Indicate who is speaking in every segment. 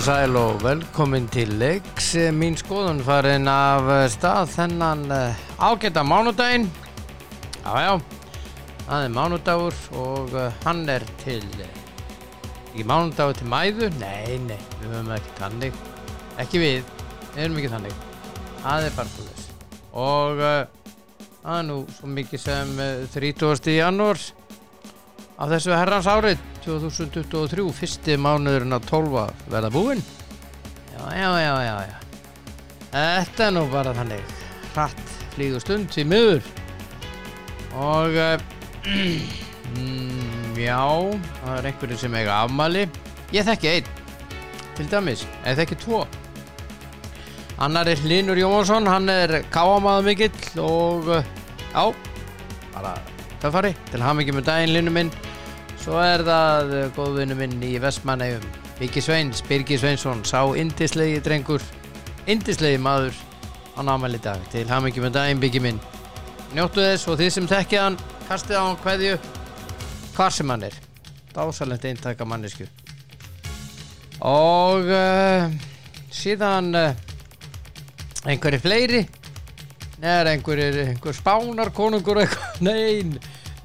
Speaker 1: sæl eh, og velkomin til leiks Eh, mín skoðun farin af eh, stað þennan eh, ágæta mánudaginn já já það er mánudagur og eh, hann er til eh, ekki mánudagur til mæðu nei nei við höfum ekki þannig ekki við við erum ekki þannig það er bara svo þess og eh, það er nú svo mikið sem eh, 30. janúar á þessu herrans árið 2023, fyrsti mánuðurinn að 12 verða búinn já, já, já, já, já þetta er nú bara þannig hratt flýgur stund í miður og eh, mm, já það er einhverjum sem eiga afmæli ég þekki einn til dæmis, ég þekki tvo annar er Linur Jónsson hann er káamaður mikill og eh, já bara töffari til hamingi með daginn linnu minn svo er það eh, góðvinnu minn í Vestmannegjum Viki Sveins, Birgi Sveinsson sá indislegi drengur indislegi maður á námæli dag til hamingi með daginn Biggi minn njóttu þess og þið sem þekkið hann kastið á hann kveðju hvar sem hann er dásalent eintaka mannesku og uh, síðan uh, einhverju fleiri Nei, er einhverjir, einhver spánar konungur eitthvað, nein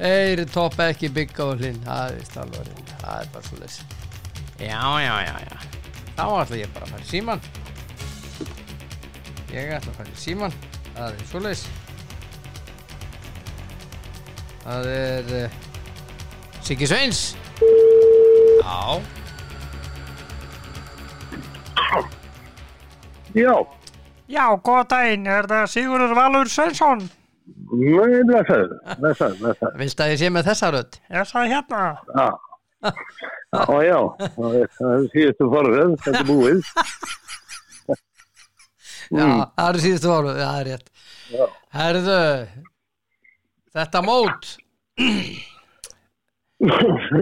Speaker 1: Eir topp ekki bygga á hlinn Það er stálvarinn, það er bara svo leys Já, já, já, já Þá ætla ég bara að fara í síman Ég ætla að fara í síman Það er svo leys Það er uh, Siggi Sveins Já,
Speaker 2: Já,
Speaker 3: Já, góða daginn, er það Sigurður Valur Sveinsson?
Speaker 2: nei, blessaður, blessaður, blessaður.
Speaker 1: viltu að ég sé með þessa rödd?
Speaker 3: Er það hérna?
Speaker 2: Já,
Speaker 1: Ah.
Speaker 2: já, já, það er- það er síðustu forröð, þetta er búið.
Speaker 1: Já, það eru síðustu árum, það er rétt Herðu Þetta mót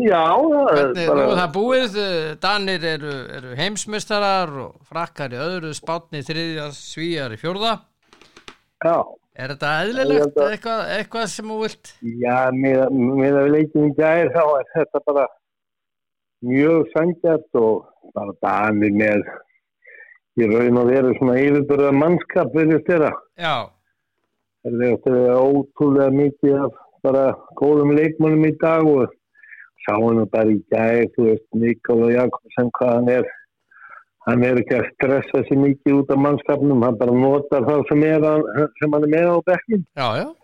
Speaker 2: Já, það er
Speaker 1: Hvernig, nú er
Speaker 2: bara,
Speaker 1: það búið, eh, Danir eru, eru heimsmystarar og frakkar í öðru, spátni þriðja, svíjar í fjórða.
Speaker 2: já,
Speaker 1: Er þetta
Speaker 2: Ég
Speaker 1: eðlilegt
Speaker 2: held að-
Speaker 1: eitthvað, eitthvað sem þú vilt?
Speaker 2: já, með, með að við leikum í gær þá er þetta bara mjög sangjart og bara danir með í raun og veru svona yfirbörða mannskap viljast þeirra.
Speaker 1: Já,
Speaker 2: Það er eftir að vera ótrúlega mikið af bara góðum leikmönnum í dag og sáum nú bara í gæð, þú veist, Nikola Jakobsen, hvað hann er. Hann er ekki að stressa sér mikið út af mannskapnum, hann bara notar þá sem, er, að- sem hann er með á bekknum.
Speaker 1: já, já,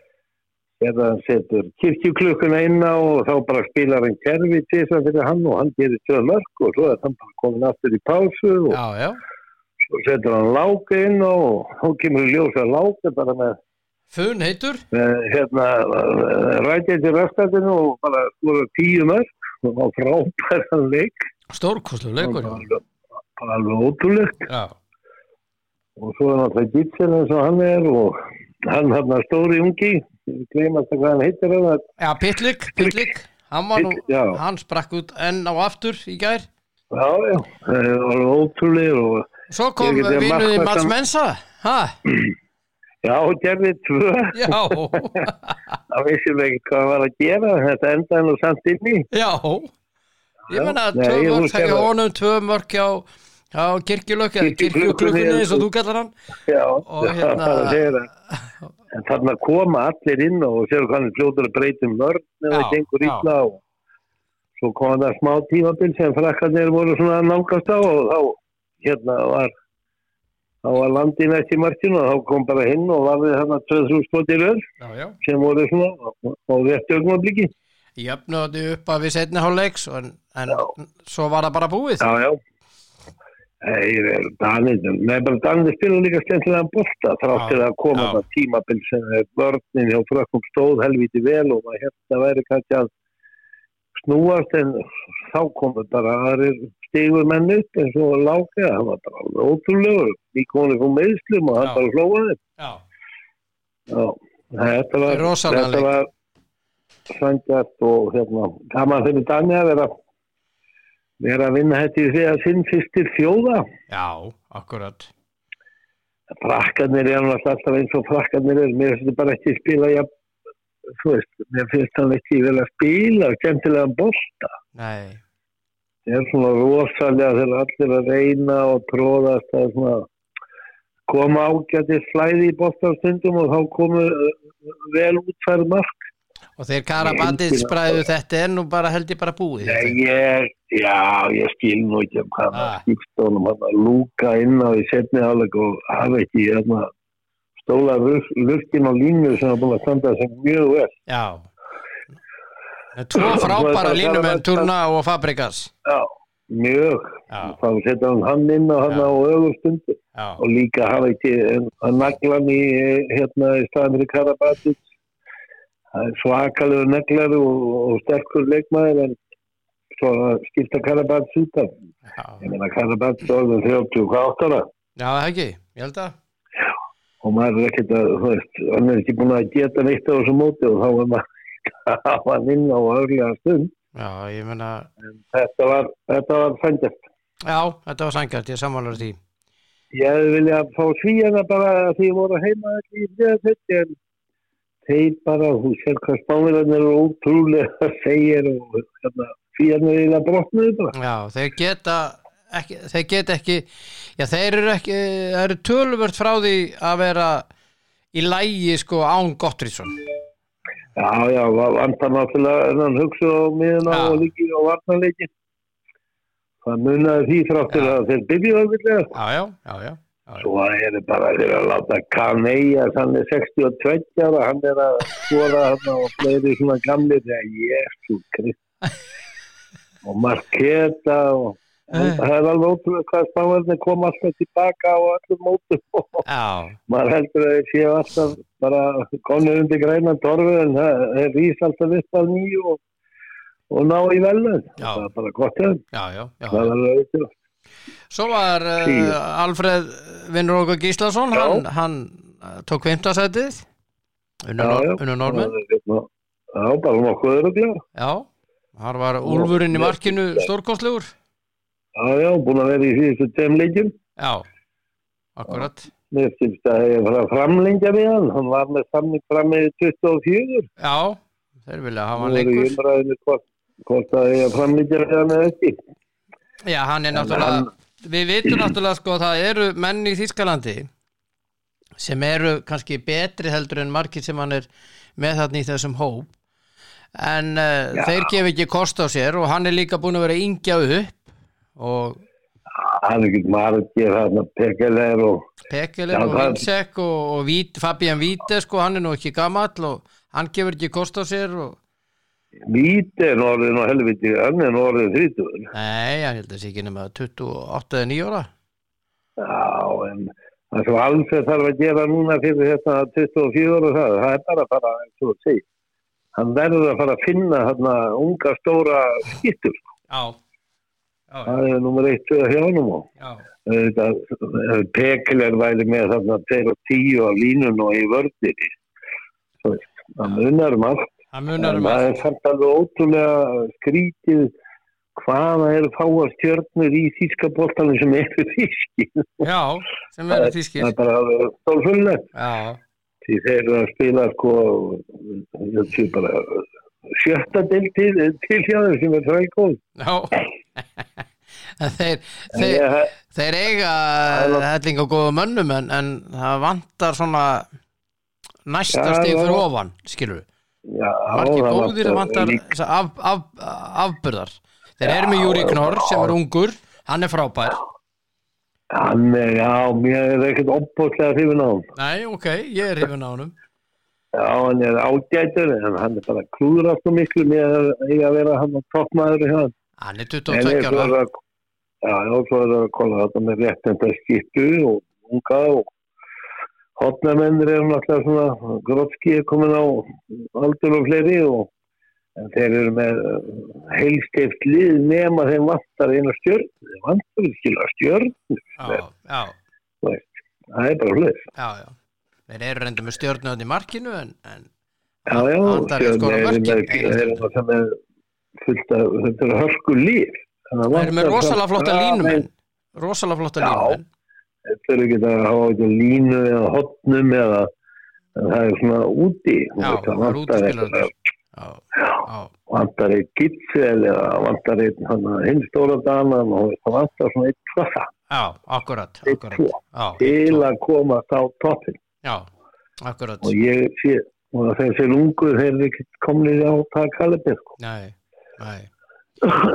Speaker 2: Eða hann setur kirkjuklukkuna inn á og þá bara spilar hann kerfi til þess að fyrir hann og hann gerir tvö mörg og svo er hann bara komin aftur í pásu og
Speaker 1: já, já.
Speaker 2: svo setur hann láka inn og þá kemur í ljós að láka bara með
Speaker 1: Fun heitur?
Speaker 2: Eh, hérna rætið til röstandinu og bara voru tíu mörg og frábæran leik
Speaker 1: Stórkoslu leikur, já.
Speaker 2: Bara- bara alveg ótrúlegt
Speaker 1: Já,
Speaker 2: og svo er náttúrulega Gitsen eins og hann er og hann hann stóri ungi ég gleymast að hvað hann heitir hann að-
Speaker 1: já Pittlik, Pittlik, hann var nú,
Speaker 2: Pitlick, já.
Speaker 1: hann sprakk út enn á aftur í gær.
Speaker 2: já já, það er alveg ótrúlegur og
Speaker 1: Svo kom
Speaker 2: Ég get- ég
Speaker 1: vinuði
Speaker 2: markvörð
Speaker 1: Mats
Speaker 2: hann-
Speaker 1: Mensa, ha,
Speaker 2: já, gerði tvö
Speaker 1: já,
Speaker 2: það vissum ekki hvað hann var að gera þetta endaði nú samt inn í
Speaker 1: já. Ég menna,
Speaker 2: Nei,
Speaker 1: tvö
Speaker 2: ég
Speaker 1: mörg,
Speaker 2: hugsa
Speaker 1: hjá
Speaker 2: það.
Speaker 1: honum, tvö mörg hjá, hjá kirkjulökk, eða kirkjuklukkunni eins og þú kallar hann.
Speaker 2: já,
Speaker 1: Og hérna-
Speaker 2: það er að segja það En þarna koma allir inn og séu hvað hann er fljótur að breyta um vörn eða
Speaker 1: Já,
Speaker 2: gengur
Speaker 1: já.
Speaker 2: ítla og svo kom það smá tímabil sem frakkandir voru svona að nálgast á og þá hérna var þá var landið næst í markinu og þá kom bara hinn og var við þarna 2-3 skotir öll
Speaker 1: Já, já.
Speaker 2: sem voru svona og, og rétt augnabliki
Speaker 1: Jöfnöði upp að við setni hálfleiks en, en svo var það bara búið.
Speaker 2: Já, já. Þeir eru danir, nei bara danir spila líka skemmtilega bósta
Speaker 1: Já,
Speaker 2: þrátt til að koma
Speaker 1: já.
Speaker 2: það tímabil sem er vörnin hjá frökkum stóð helviti vel og maður hérna væri kannski að snúast en þá komur bara aðrir stigur menn upp eins og láka, það var bara alveg ótrúlegur, nýkonir fór meðslum og hann
Speaker 1: Já.
Speaker 2: bara hlóaði.
Speaker 1: Já.
Speaker 2: Já, þetta
Speaker 1: Þetta er
Speaker 2: var,
Speaker 1: rosalega
Speaker 2: þetta
Speaker 1: leik.
Speaker 2: var sangjart og hérna, gaman fyrir Dani að vera, vera að vinna þetta í því að sinn fyrstir þjóða.
Speaker 1: Já, akkurat.
Speaker 2: Frakkarnir er náttúrulega alltaf eins og frakkarnir er, mér finnst þetta bara ekki spila, ja, þú veist, mér finnst hann ekki vel að spila, og skemmtilegan bolta.
Speaker 1: Nei,
Speaker 2: er svona rosalega þegar allir að reyna og tróðast það er svona koma ágætið slæði í bóttastundum og þá komu eh, vel útfærð mark
Speaker 1: Og þeir Karabatið spræðu þetta er nú bara held ég bara búið.
Speaker 2: Nei, ég, já, ég skil nú ekki um hvað
Speaker 1: Ah.
Speaker 2: maður skipst honum hann að lúka inn á í setni áleg og hafa ekki hérna, stóla lurkin og línu sem er búin að standa sem mjög vel.
Speaker 1: Já. Tvo frábæra línumenn, Turna og Fabrikas.
Speaker 2: Já, mjög.
Speaker 1: Já.
Speaker 2: Þá setja hann hann inn á hann
Speaker 1: Ah. Já. Ah.
Speaker 2: á öðurstundu
Speaker 1: Já,
Speaker 2: og líka hafa ekki eh, að nagla hann í, hérna, í staðan fyrir Karabatic. Það er svakalegur neglar og, og sterkur leikmaður en svo skipta Karabatic út af.
Speaker 1: já.
Speaker 2: Ég meina Karabatic er orðin 38 ára.
Speaker 1: Já, það ekki, ég held að.
Speaker 2: og maður er ekkert að, þú veist, hann er ekki búin að geta neitt á þessu móti og þá er maður að hann inn á örlega stund.
Speaker 1: Já, ég meina,
Speaker 2: Þetta var, þetta var fændjast.
Speaker 1: já, þetta var sangjart, ég sammálar því.
Speaker 2: Ég hefði viljað fá svíjana bara að því ég voru heima allir í þriðasetti en þeir bara, þú sér hvað spánverðarnir eru ótrúlega segir og hérna, svíjarnir eiginlega brotnuðu bara.
Speaker 1: Já, þeir geta ekki, þeir geta ekki, já, þeir eru ekki, það eru tölvört frá því að vera í lægi, sko, án Gottrísson.
Speaker 2: Já, já, vantar náttúrulega en hann hugsa á miðuna
Speaker 1: Já.
Speaker 2: og líki og varnarleikin. Það munaði því þráttur að þeir byrjuðu öðvitað.
Speaker 1: Já, já, já, já. já.
Speaker 2: Svo er það bara þeir að láta Kaneja, hann er 62 ára, hann er að skora hann og fleiri svona gamlir þegar Jésu Krist og Marketa og
Speaker 1: Eh.
Speaker 2: það er alveg ótrúlega hvað spáðarnir kom alltaf tilbaka á öllum mótum og
Speaker 1: Já,
Speaker 2: maður heldur að þeir séu alltaf bara konu undir græna torfu en það er rís alltaf upp að nýju og, og ná í velun
Speaker 1: Já.
Speaker 2: það er bara gott hefðum,
Speaker 1: já, já, já.
Speaker 2: það er alveg auðvitað
Speaker 1: Svo var
Speaker 2: Sí.
Speaker 1: uh, Alfred vinnur okkur Gíslason,
Speaker 2: Já.
Speaker 1: hann, hann uh, tók kvimtasætið, unnur normen,
Speaker 2: Já, bara nokkuð öruglega
Speaker 1: já, hann var úlfurinn í markinu stórkostlegur,
Speaker 2: Já, já, búin að vera í síðustu tveim leikjum.
Speaker 1: já, akkurat,
Speaker 2: Mér skilst að ég var að framlengja við hann. Hann var með samning fram með 24.
Speaker 1: já, þeir vilja hafa
Speaker 2: Nú
Speaker 1: hann
Speaker 2: er ég
Speaker 1: lengur,
Speaker 2: umræðinu hvort, hvort að ég framlengja við hann eða ekki.
Speaker 1: já, hann er
Speaker 2: hann-
Speaker 1: náttúrulega, við vitum náttúrulega sko að það eru menn í Þýskalandi sem eru kannski betri heldur en margir sem hann er með þarna í þessum hóp, en uh, þeir gef ekki kost á sér og hann er líka búin að vera að yngja upp og
Speaker 2: Hann er ekkert margir, hann er pekilegur og
Speaker 1: Pekeler
Speaker 2: Já,
Speaker 1: og
Speaker 2: það-
Speaker 1: Vinsek og, og Vít, Fabian Víte sko, hann er nú ekki gamall og hann gefur ekki kost á sér og
Speaker 2: lítið orðin og helviti, hann er orðin 30.
Speaker 1: nei, hann heldur sér ekki nema 28 eða 9 ára
Speaker 2: Já, en það sem Alfred þarf að gera núna fyrir þetta 24 og það, það er bara að fara, eins og segja. Hann verður að fara að finna hann unga stóra skittur.
Speaker 1: já, já,
Speaker 2: Það er nummer 1 hjá honum og
Speaker 1: já,
Speaker 2: auðvitað, eh, Pekler væri með þarna 2 og 10 á línun og í vördinni Þú veist, það munar um allt
Speaker 1: hann munar
Speaker 2: en
Speaker 1: um
Speaker 2: það
Speaker 1: að
Speaker 2: er samt alveg ótrúlega skrítið hvaða eru fáar stjörnur í þýskaboltanum sem eru þýski
Speaker 1: já, sem verður
Speaker 2: það
Speaker 1: þýskir
Speaker 2: er bara stólfullett
Speaker 1: já,
Speaker 2: því þeir eru að spila sko ég sé bara sjötta del til, til hjá þeim sem er þrækóð
Speaker 1: já En þeir,
Speaker 2: en
Speaker 1: þeir,
Speaker 2: ég,
Speaker 1: þeir eiga
Speaker 2: Það er-
Speaker 1: helling á góða mönnum en, en það vantar svona næsta
Speaker 2: Já,
Speaker 1: stig
Speaker 2: já.
Speaker 1: fyrir ofan skilur við
Speaker 2: já,
Speaker 1: margir
Speaker 2: það
Speaker 1: góðir
Speaker 2: vantar
Speaker 1: vantar
Speaker 2: líka-
Speaker 1: þessa af, af, afbyrðar þeir eru með Júri Knorr sem er ungur hann er frábær
Speaker 2: Hann, er- já, mér er ekkert opbóðslega hrifin á hann.
Speaker 1: nei ok, ég er hrifin á honum
Speaker 2: Já, hann er ágætur, en hann er bara klúðra svo miklu með að eiga að vera hann á toppmaður hjá hann.
Speaker 1: hann er
Speaker 2: En
Speaker 1: 22
Speaker 2: ég svo er
Speaker 1: ára
Speaker 2: að, já, ég svo er að kolla þetta með réttenda skiptu og unga og hotnamennir eru náttúrulega svona, Grotski er komin á aldur og fleiri og en þeir eru með heilstift lið nema þeim vantar eina stjörn, þeim vantar skilja stjörn,
Speaker 1: já, já,
Speaker 2: það er bara hlust.
Speaker 1: já, já þeir eru reynda með stjórnöðin í markinu en, en
Speaker 2: Já, já, hérna,
Speaker 1: Andar er að skora
Speaker 2: síðan
Speaker 1: mörkin,
Speaker 2: með-
Speaker 1: eiginlega.
Speaker 2: þeir eru með- sem er fullt af, þetta er hörku líf.
Speaker 1: þeir eru með rosalega flotta línumenn rosalega flotta
Speaker 2: Já.
Speaker 1: línumenn
Speaker 2: Þeir eru ekki að hafa ekki línu eða hotnum eða en það er svona úti. þú
Speaker 1: já,
Speaker 2: veist, það
Speaker 1: það er
Speaker 2: vantar
Speaker 1: útspilarar
Speaker 2: eitthvað.
Speaker 1: já, já,
Speaker 2: Og vantar eitt gitsi eða vantar eitt hinn stóra danan og það vantar svona eitt tvöða
Speaker 1: Já, akkurat,
Speaker 2: Eitt,
Speaker 1: akkurat.
Speaker 2: tvo.
Speaker 1: Já,
Speaker 2: til að komast á toppin
Speaker 1: já, akkurat.
Speaker 2: og ég sé og þessir ungu þeir eru ekki komnir á það kalibir sko.
Speaker 1: Nei, nei,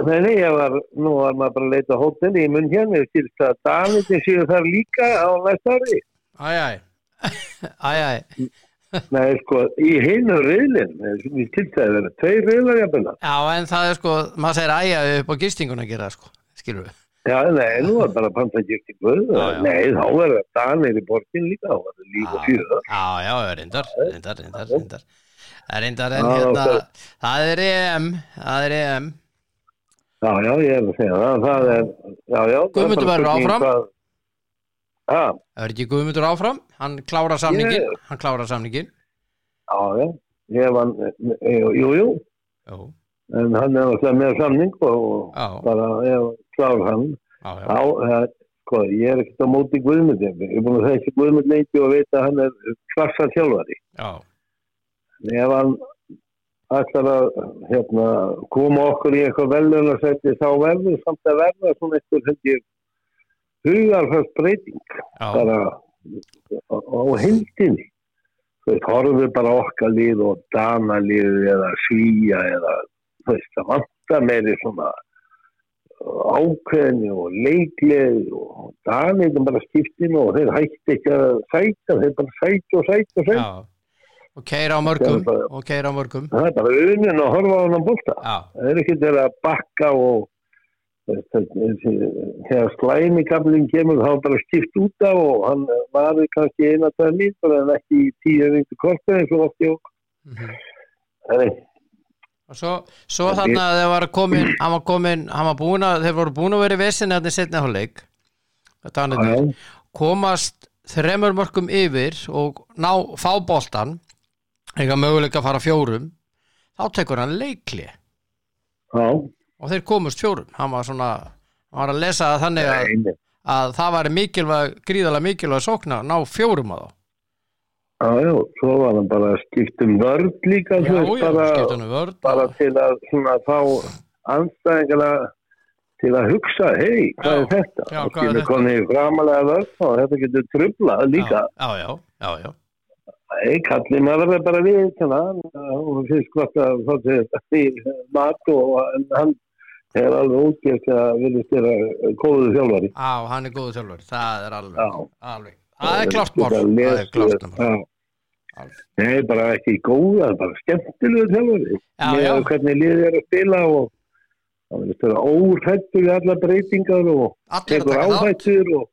Speaker 2: Nei, ég var, nú var maður bara að leita á hóteli í munn hérna, ég skilst að Davidin séu þar líka á næsta ári.
Speaker 1: æj, æj, æj, æj,
Speaker 2: Nei, sko, í hinu riðlinn, ég skilst að það verið tveir riðlar jafnvel.
Speaker 1: já, en það er sko, maður segir æj upp á gistinguna að gera, sko, skilur við.
Speaker 2: Já, nei, nú var bara að panta gift í guð.
Speaker 1: Já, já.
Speaker 2: Nei, þá verður Danir í borgin líka, þá verður líf og fjöður.
Speaker 1: Já, já, reyndar, reyndar, reyndar, reyndar. Reyndar, en
Speaker 2: Já,
Speaker 1: hérna,
Speaker 2: það-
Speaker 1: það er EM, það er E EM.
Speaker 2: Já, já, ég er að segja það, það er, já, já.
Speaker 1: Guðmundur verður áfram.
Speaker 2: Já,
Speaker 1: Það er ekki Guðmundur áfram, hann klára samningin, hann klára samningin.
Speaker 2: já, já, ég var, jú, jú,
Speaker 1: Já,
Speaker 2: en hann er alltaf með samning og
Speaker 1: já,
Speaker 2: bara, ég kláður hann.
Speaker 1: já, já,
Speaker 2: Já, það, sko, ég er ekkert á móti Guðmundi. Ég er búin að þessi Guðmund lengi og veit að hann er svarsa þjálfari.
Speaker 1: já,
Speaker 2: En Ef hann ætlar að hérna, koma okkur í eitthvað velun að setja þá verður samt að verða svona eitthvað held ég hugarfæst breyting
Speaker 1: já,
Speaker 2: bara á, á heldinni. Þú veist, horfum bara á okkar lið og dana lið eða svíja eða þú veist, það vantar meiri svona ákveðni og leikleði og danið bara skiptin og þeir hætti ekki að sæta, þeir bara sæta og sæta og
Speaker 1: já.
Speaker 2: sæta.
Speaker 1: Og keira á mörgum, og keira á mörgum.
Speaker 2: Það er bara unin að horfa á hann á bólta.
Speaker 1: Já,
Speaker 2: Það er ekki til að bakka og eh, þú veist, þessi- þegar slæmi gamling kemur þá er bara skipt út af og hann varði kannski eina tæða lítur en ekki í tíu vindu kortur eins og oft ég
Speaker 1: mhm.
Speaker 2: Nei,
Speaker 1: Og svo, svo þannig að þeir var komin, hann var komin, hann var búin að, þeir voru búin að vera í vesinni þannig setna hálfleik,
Speaker 2: já, já,
Speaker 1: þannig komast þremur mörgum yfir og ná fá boltan, eiga möguleika að fara fjórum, þá tekur hann leikli
Speaker 2: já,
Speaker 1: og þeir komust fjórum, hann var svona, hann var að lesa það þannig að,
Speaker 2: einmitt.
Speaker 1: að það var mikilvæg, gríðalega mikilvæg sókna, ná fjórum að þá.
Speaker 2: já, já, svo var hann bara skipt um vörð líka,
Speaker 1: Já,
Speaker 2: þú
Speaker 1: já,
Speaker 2: veist, bara,
Speaker 1: skipt hann um vörð
Speaker 2: bara
Speaker 1: og-
Speaker 2: til að svona fá anstæðingana til að hugsa, hei, hvað
Speaker 1: Já,
Speaker 2: er þetta?
Speaker 1: já, hvað er
Speaker 2: og skilur
Speaker 1: þetta?
Speaker 2: konni framalega vörð og þetta getur trublað líka.
Speaker 1: Já, já, já, já,
Speaker 2: Nei, kallið maður verður bara við hérna, hún finnst gott að fá til í mat og en hann er alveg útgjert að vilja styrra kóðu þjálfari.
Speaker 1: á, hann er góðu þjálfur, það er alveg,
Speaker 2: Já.
Speaker 1: alveg, það er klart mál, það er klart mál.
Speaker 2: Já. Nei, bara ekki góða, bara skemmtilegu þjálfari.
Speaker 1: Já,
Speaker 2: Með
Speaker 1: já.
Speaker 2: Hvernig liðið er að spila og það verður stöða óhættur í alla breytingar og
Speaker 1: Allir að
Speaker 2: tekur
Speaker 1: taka þátt,
Speaker 2: áhættur og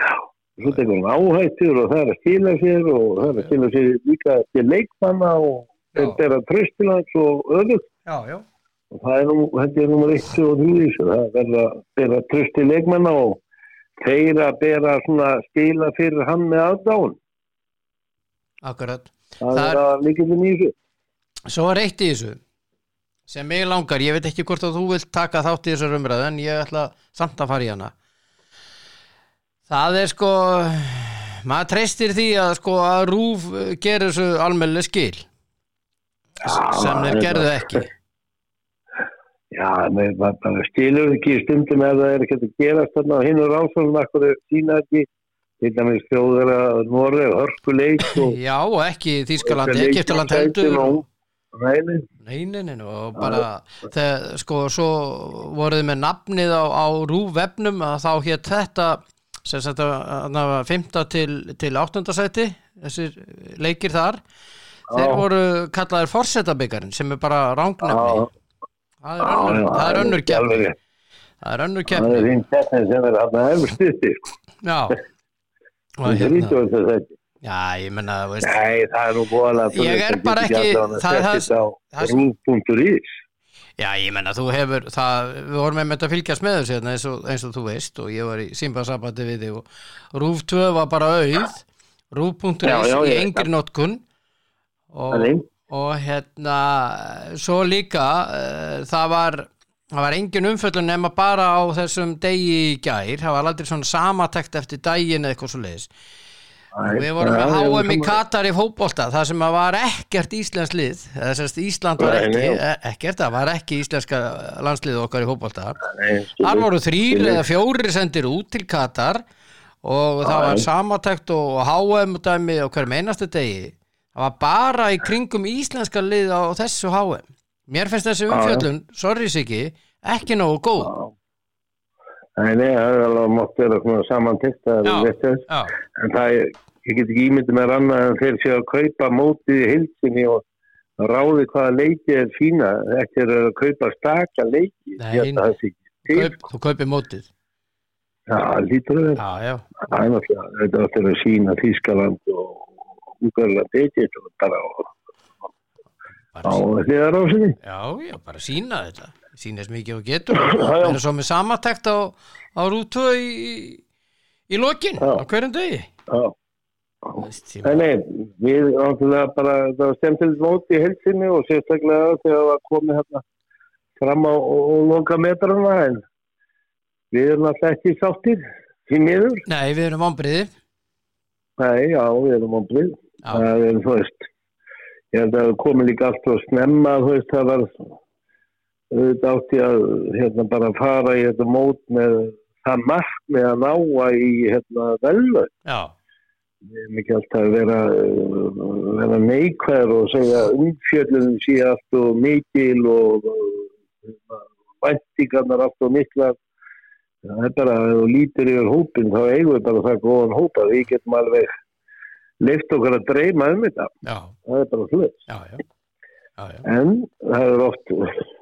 Speaker 2: já, svo tekur hann áhættur og það er að skila sér og það er að skila sér líka til leikmanna og
Speaker 1: Já.
Speaker 2: þetta er að tröst til hans og öðvöld
Speaker 1: já, já,
Speaker 2: og það er nú, þetta er nummer 1 og 3 þessu, það verður að bera tröst til leikmanna og þeir að bera svona skila fyrir hann með aðdáun
Speaker 1: akkurat.
Speaker 2: það,
Speaker 1: Það
Speaker 2: er að líka til nýsu
Speaker 1: Svo er eitt í þessu sem mig langar, ég veit ekki hvort að þú vilt taka þátt í þessar umræðu en ég ætla samt að fara í hana Það er sko maður treystir því að sko að Rúf gerir þessu almennileg skil sem þeir
Speaker 2: það er
Speaker 1: gerðu ekki
Speaker 2: já, með, bara, bara skilur ekki í stundum ef það er ekkert að gerast þarna á hinn og ráðsvöldum, akkur sína ekki til dæmis þjóður að Noreg hörkuleik og
Speaker 1: Já, og ekki Þískaland, Egiptaland heldur
Speaker 2: Nei, nei,
Speaker 1: Neinin og bara þegar, sko svo voruð með nafnið á, á Rúf vefnum að þá hétt þetta sem sagt að þarna var 5. til, til 8. sæti þessir leikir þar þeir
Speaker 2: Já.
Speaker 1: voru kallaðir forsetabyggarinn sem er bara
Speaker 2: Já.
Speaker 1: rángnefni það er önnur,
Speaker 2: Já, já,
Speaker 1: það er önnur
Speaker 2: ekki alveg
Speaker 1: keppni
Speaker 2: rétt.
Speaker 1: það er önnur
Speaker 2: Það er
Speaker 1: keppni
Speaker 2: hinn keppni sem er hann að hefur stutti.
Speaker 1: já Og
Speaker 2: Það er
Speaker 1: hérna,
Speaker 2: rítjóð þess að þetta.
Speaker 1: já ég menna þú veist
Speaker 2: Nei, það er nú góðalega.
Speaker 1: Ég er bara ekki- það-
Speaker 2: Það er
Speaker 1: það- það-
Speaker 2: það. Rúf.is.
Speaker 1: Já, ég menna, þú hefur, það, við vorum einmitt að fylgjast með þessu hérna eins og, eins og þú veist og ég var í símbasabandi við þig og Rúf 2 var bara auð,
Speaker 2: Já,
Speaker 1: Rúf.is
Speaker 2: já,
Speaker 1: í
Speaker 2: ég-
Speaker 1: engri notkun og,
Speaker 2: Þannig.
Speaker 1: og hérna, svo líka, eh, það var, það var engin umföllun nema bara á þessum degi í gær, það var aldrei svona samatekt eftir daginn eða eitthvað svo leiðis
Speaker 2: Æ,
Speaker 1: Við vorum
Speaker 2: já,
Speaker 1: að
Speaker 2: við
Speaker 1: háum í
Speaker 2: vorum-
Speaker 1: Katar í fótbolta það sem að var ekkert Íslands lið eða sem sagt Ísland var
Speaker 2: Nei,
Speaker 1: ekki
Speaker 2: nei.
Speaker 1: e- ekkert, það var ekki íslenska landslið okkar í fótbolta
Speaker 2: Nei,
Speaker 1: þar voru
Speaker 2: skilur.
Speaker 1: þrýr eða fjórir sendir út til Katar og það
Speaker 2: Já,
Speaker 1: var
Speaker 2: já.
Speaker 1: samatækt og HM dæmi á hverjum einasta degi það var bara í kringum íslenska lið á þessu HM mér finnst þessi
Speaker 2: já.
Speaker 1: umfjöllun, sorry Siggi ekki nógu góð
Speaker 2: Nei, nei, það er alveg mátt vera svona samantikt, það
Speaker 1: Já.
Speaker 2: er vettast.
Speaker 1: já,
Speaker 2: En það er, ég get ekki ímyndið mér annað en þeir séu að kaupa mótið í hilsinni og ráði hvaða leiki er fína. Ekki eru að kaupa staka leiki.
Speaker 1: Nei.
Speaker 2: Ég held að það sé ekki til.
Speaker 1: kaup, þú kaupir mótið
Speaker 2: Já, það lítur þess.
Speaker 1: já, já,
Speaker 2: Það er náttúrulega, þetta áttur að sína Þískaland og Ungarland eitthvað og bara á, á
Speaker 1: bara síðan
Speaker 2: hliðarásinni.
Speaker 1: Já, já, bara sína þetta sína þess mikið og getur
Speaker 2: Já, já.
Speaker 1: það er svo með samatækt á, á rútu í, í lokin
Speaker 2: Já.
Speaker 1: á hverjum degi
Speaker 2: Já.
Speaker 1: Þú veist, ég-
Speaker 2: Nei, nei, við náttúrulega bara, það var skemmtilegt móti í helsinni og sérstaklega þegar það var komið hérna fram á og, og loka metrana en við erum alltaf ekki sáttir því miður.
Speaker 1: Nei, við erum vombriði
Speaker 2: Nei, já, við erum ombrið.
Speaker 1: Já.
Speaker 2: Það er, þú veist, ég held að það komi líka allt og snemma, þú veist, það var auðvitað átti að hérna bara fara í þetta mót með það mark með að náa í hérna velvöld.
Speaker 1: Já,
Speaker 2: Við erum ekki alltaf að vera, uh, vera neikvæður og segja umfjöllunum sé allt og mikil og uh, væntingarnar allt og miklar. Það er bara að þú lítir yfir hópin þá eigum við bara það góðan hópa. Við getum alveg leift okkar að dreyma um þetta.
Speaker 1: já,
Speaker 2: Það er bara hlut.
Speaker 1: já Já, já, já,
Speaker 2: En það er oft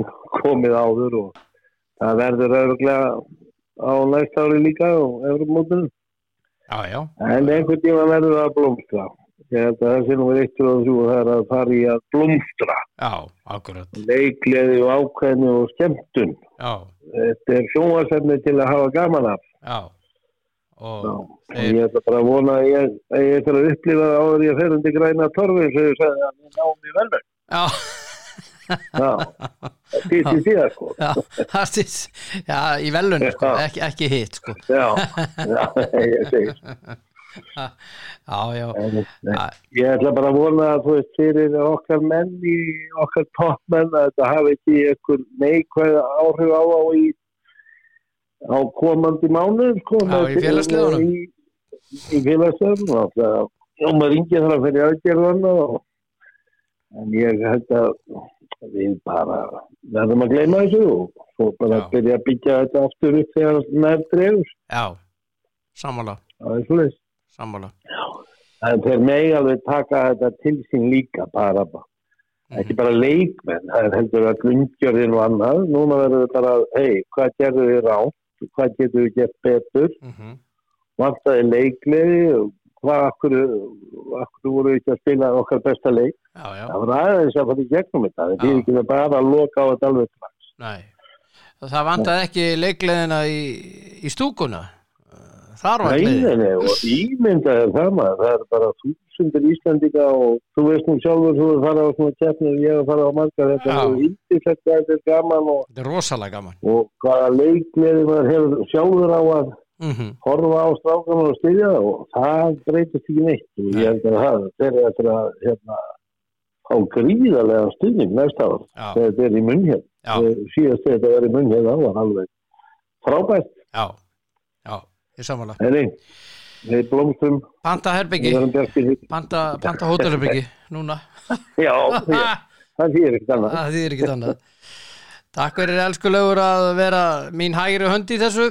Speaker 2: komið áður og það verður örglega á næsta ári líka á Evrópmótunum.
Speaker 1: já, já.
Speaker 2: En einhvern tíma verður það að blómstra. Ég held að það sé nú eitt og þrjú það er að fara í að blómstra.
Speaker 1: já akkurat
Speaker 2: Leikleði og ákveðni og skemmtun.
Speaker 1: Já,
Speaker 2: Þetta er sjónvarsefni til að hafa gaman af.
Speaker 1: já og
Speaker 2: Já. Og
Speaker 1: þeir,
Speaker 2: ég ætla bara að vona að ég, að ég ætla að upplifa það áður ég fer undir græna torfið sem ég sagði að ég náum í velverk.
Speaker 1: já,
Speaker 2: Já, það týtti síðan sko.
Speaker 1: já, það stýst Já, í velun, sko,
Speaker 2: Já.
Speaker 1: ekki, ekki hitt sko.
Speaker 2: Já, já, ég segir.
Speaker 1: Já, já,
Speaker 2: En, nei,
Speaker 1: já,
Speaker 2: Ég ætla bara að vona að þú veist fyrir okkar menn í okkar toppmenn að þetta hafi ekki einhver neikvæð áhrif á á, í, á komandi mánuð sko.
Speaker 1: Já, í félagsliðunum.
Speaker 2: Í, í félagslegunum alltaf. Já, maður ringið þarf að fyrir aðgerðan og en ég held að við bara verðum að gleyma þessu og svo bara
Speaker 1: Já.
Speaker 2: byrja að byggja þetta aftur upp þegar nær drefur.
Speaker 1: já. Sammála,
Speaker 2: Það er svolítið.
Speaker 1: sammála
Speaker 2: En þeir megi alveg taka þetta til sín líka bara,
Speaker 1: Mhm.
Speaker 2: ekki bara leikmenn, það er heldur að grundgjörðin og annað, núna verður við bara, hei, hvað gerðu við rátt, hvað getum við gett betur,
Speaker 1: mm -hmm.
Speaker 2: vantaði leikmiði, hvað, akkur, akkur voru við ekki að spila okkar besta leik,
Speaker 1: Já, já
Speaker 2: það var aðeins að fara í gegnum þetta,
Speaker 1: Já.
Speaker 2: það er ekki bara að loka á þetta alveg strax.
Speaker 1: Nei, það vandaði ekki leikleðina í, í stúkuna Eh, þar var gleðin
Speaker 2: Reyninni og ímyndaði það maður, það er bara þúsundir Íslandika og þú veist nú sjálfur þú er fara á svona keppnir, ég er að fara á margar þetta
Speaker 1: Já.
Speaker 2: er índislegt, þetta er gaman og,
Speaker 1: þetta er rosalega gaman
Speaker 2: og hvaða leikmiði maður hefur sjálfur á að
Speaker 1: mm
Speaker 2: horfa á strákana og styrja það og það breytist ekki neitt og ég held að það þeir eru eftir að hérna, á gríðarlega styrning næsta ár
Speaker 1: já,
Speaker 2: þegar þetta er í munnhjöð,
Speaker 1: já,
Speaker 2: síðast þegar þetta var í munnhjöð það var alveg frábært,
Speaker 1: já, já, ég sammála
Speaker 2: en einn við blómstum,
Speaker 1: Panta
Speaker 2: við
Speaker 1: herbyggi,
Speaker 2: verðum bjartir
Speaker 1: panta, panta hótelherbyggi núna
Speaker 2: Já, ég-
Speaker 1: það
Speaker 2: það þýðir ekkert annað.
Speaker 1: þýðir ekki annað Takk fyrir elsku lögur að vera mín hægri hönd í þessu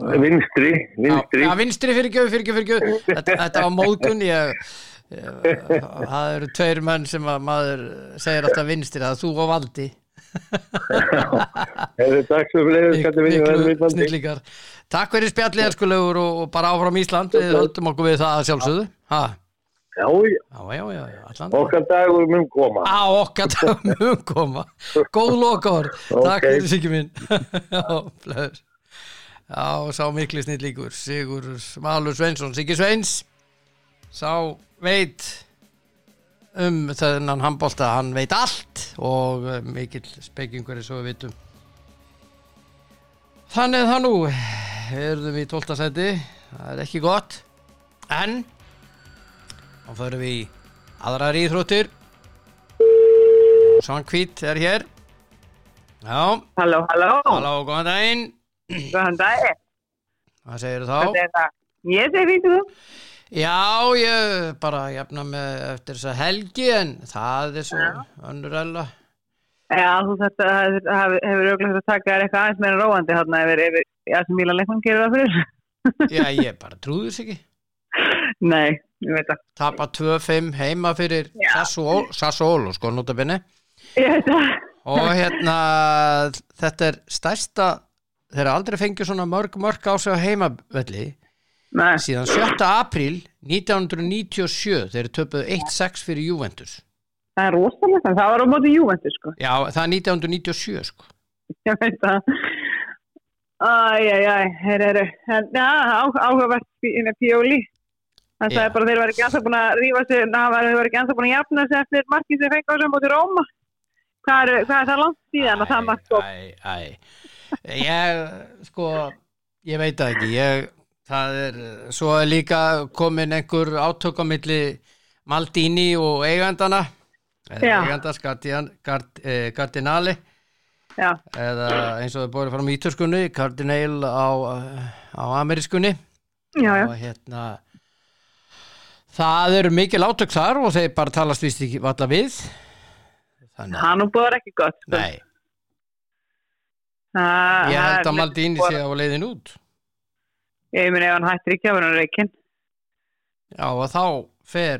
Speaker 2: Vinstri,
Speaker 1: Já,
Speaker 2: vinstri.
Speaker 1: já, vinstri fyrir gjöf, fyrir gjöf, fyrir gjöf Þetta, þetta var móðgun ég, ég, Það eru tveir menn sem að maður segir alltaf vinstri það er þú og valdi
Speaker 2: Hefur takk sem leiður, skattum við verðum við
Speaker 1: miklu
Speaker 2: bandi.
Speaker 1: snillingar Takk fyrir spjallið elskulegur og, og bara áfram Ísland við höldum okkur við það að sjálfsögðu ha.
Speaker 2: Já, já,
Speaker 1: Já, já, já, já, allan
Speaker 2: okkar dagur mun koma.
Speaker 1: Á, okkar það mun koma Góð lokar,
Speaker 2: Ok.
Speaker 1: takk fyrir Siggi minn Já, blöður Já, sá miklu snillingur Sigur Valur Sveinsson, Siggi Sveins Sá veit um þennan handbolta hann veit allt og eh, mikill spekingur er svo við vitum Þannig er það nú, erum við í 12. seti, það er ekki gott, En þá förum við í aðrar íþróttir Svankvít er hér Já,
Speaker 4: Halló, halló,
Speaker 1: halló, góðan daginn
Speaker 4: góðan daginn,
Speaker 1: Hvað segir
Speaker 4: hvað
Speaker 1: þá?
Speaker 4: er það? Ég segi þú,
Speaker 1: Já, ég bara jafna með eftir þessa helgi en það er svo önnur ella
Speaker 4: já þú þetta það hefur- hefur auðvitað að taka þér eitthvað aðeins meira róandi þarna yfir, yfir, já sem Mílan Leikmann gerir það fyrir.
Speaker 1: Já, ég bara trúður sig ekki
Speaker 4: Nei, ég veit það.
Speaker 1: Tapa 2-5 heima fyrir Sassuol- Sassuolo, sko, notabene
Speaker 4: Ég veit það.
Speaker 1: og hérna þetta er stærsta þeirra aldrei fengið svona mörg mörg á sig á heimavelli
Speaker 4: Nei,
Speaker 1: síðan 7. apríl 1997 þeir töpuðu 1-6 fyrir Juventus
Speaker 4: það er rosalega það, það var á móti Júventus sko,
Speaker 1: já það er 1997 sko
Speaker 4: ég veit það. Æj, æj, æj, þeir eru, en já, á, áhugavert fyrir Pjóli. Það
Speaker 1: Já.
Speaker 4: sagði bara að þeir var ekki ennþá búin að rífa sig, na, þeir var ekki ennþá búin að jafna sig eftir markið sem fengi á sig á móti Róma. Hvað er, hvað er það langt síðan að það mark sko?
Speaker 1: Æ, æ, æ. ég sko ég veit það ekki ég, það er svo er líka komin einhver átök á milli Maldini og eigandana
Speaker 4: Já.
Speaker 1: eigandans Guardian- Gard- eh, Cardinali
Speaker 4: Já,
Speaker 1: eða eins og þau bórið fram í ítörskunni Cardinal á, á amerískunni
Speaker 4: já, já.
Speaker 1: og hérna það eru mikil átök þar og þeir bara talast víst ekki valla við þannig að
Speaker 4: Það nú bóður ekki gott. sko.
Speaker 1: nei,
Speaker 4: Það-
Speaker 1: ég
Speaker 4: það
Speaker 1: held
Speaker 4: er
Speaker 1: að Maldini
Speaker 4: boðar-
Speaker 1: sé á leiðin út
Speaker 4: Ég minn ef hann hættir ekki að vera reikinn.
Speaker 1: já og þá fer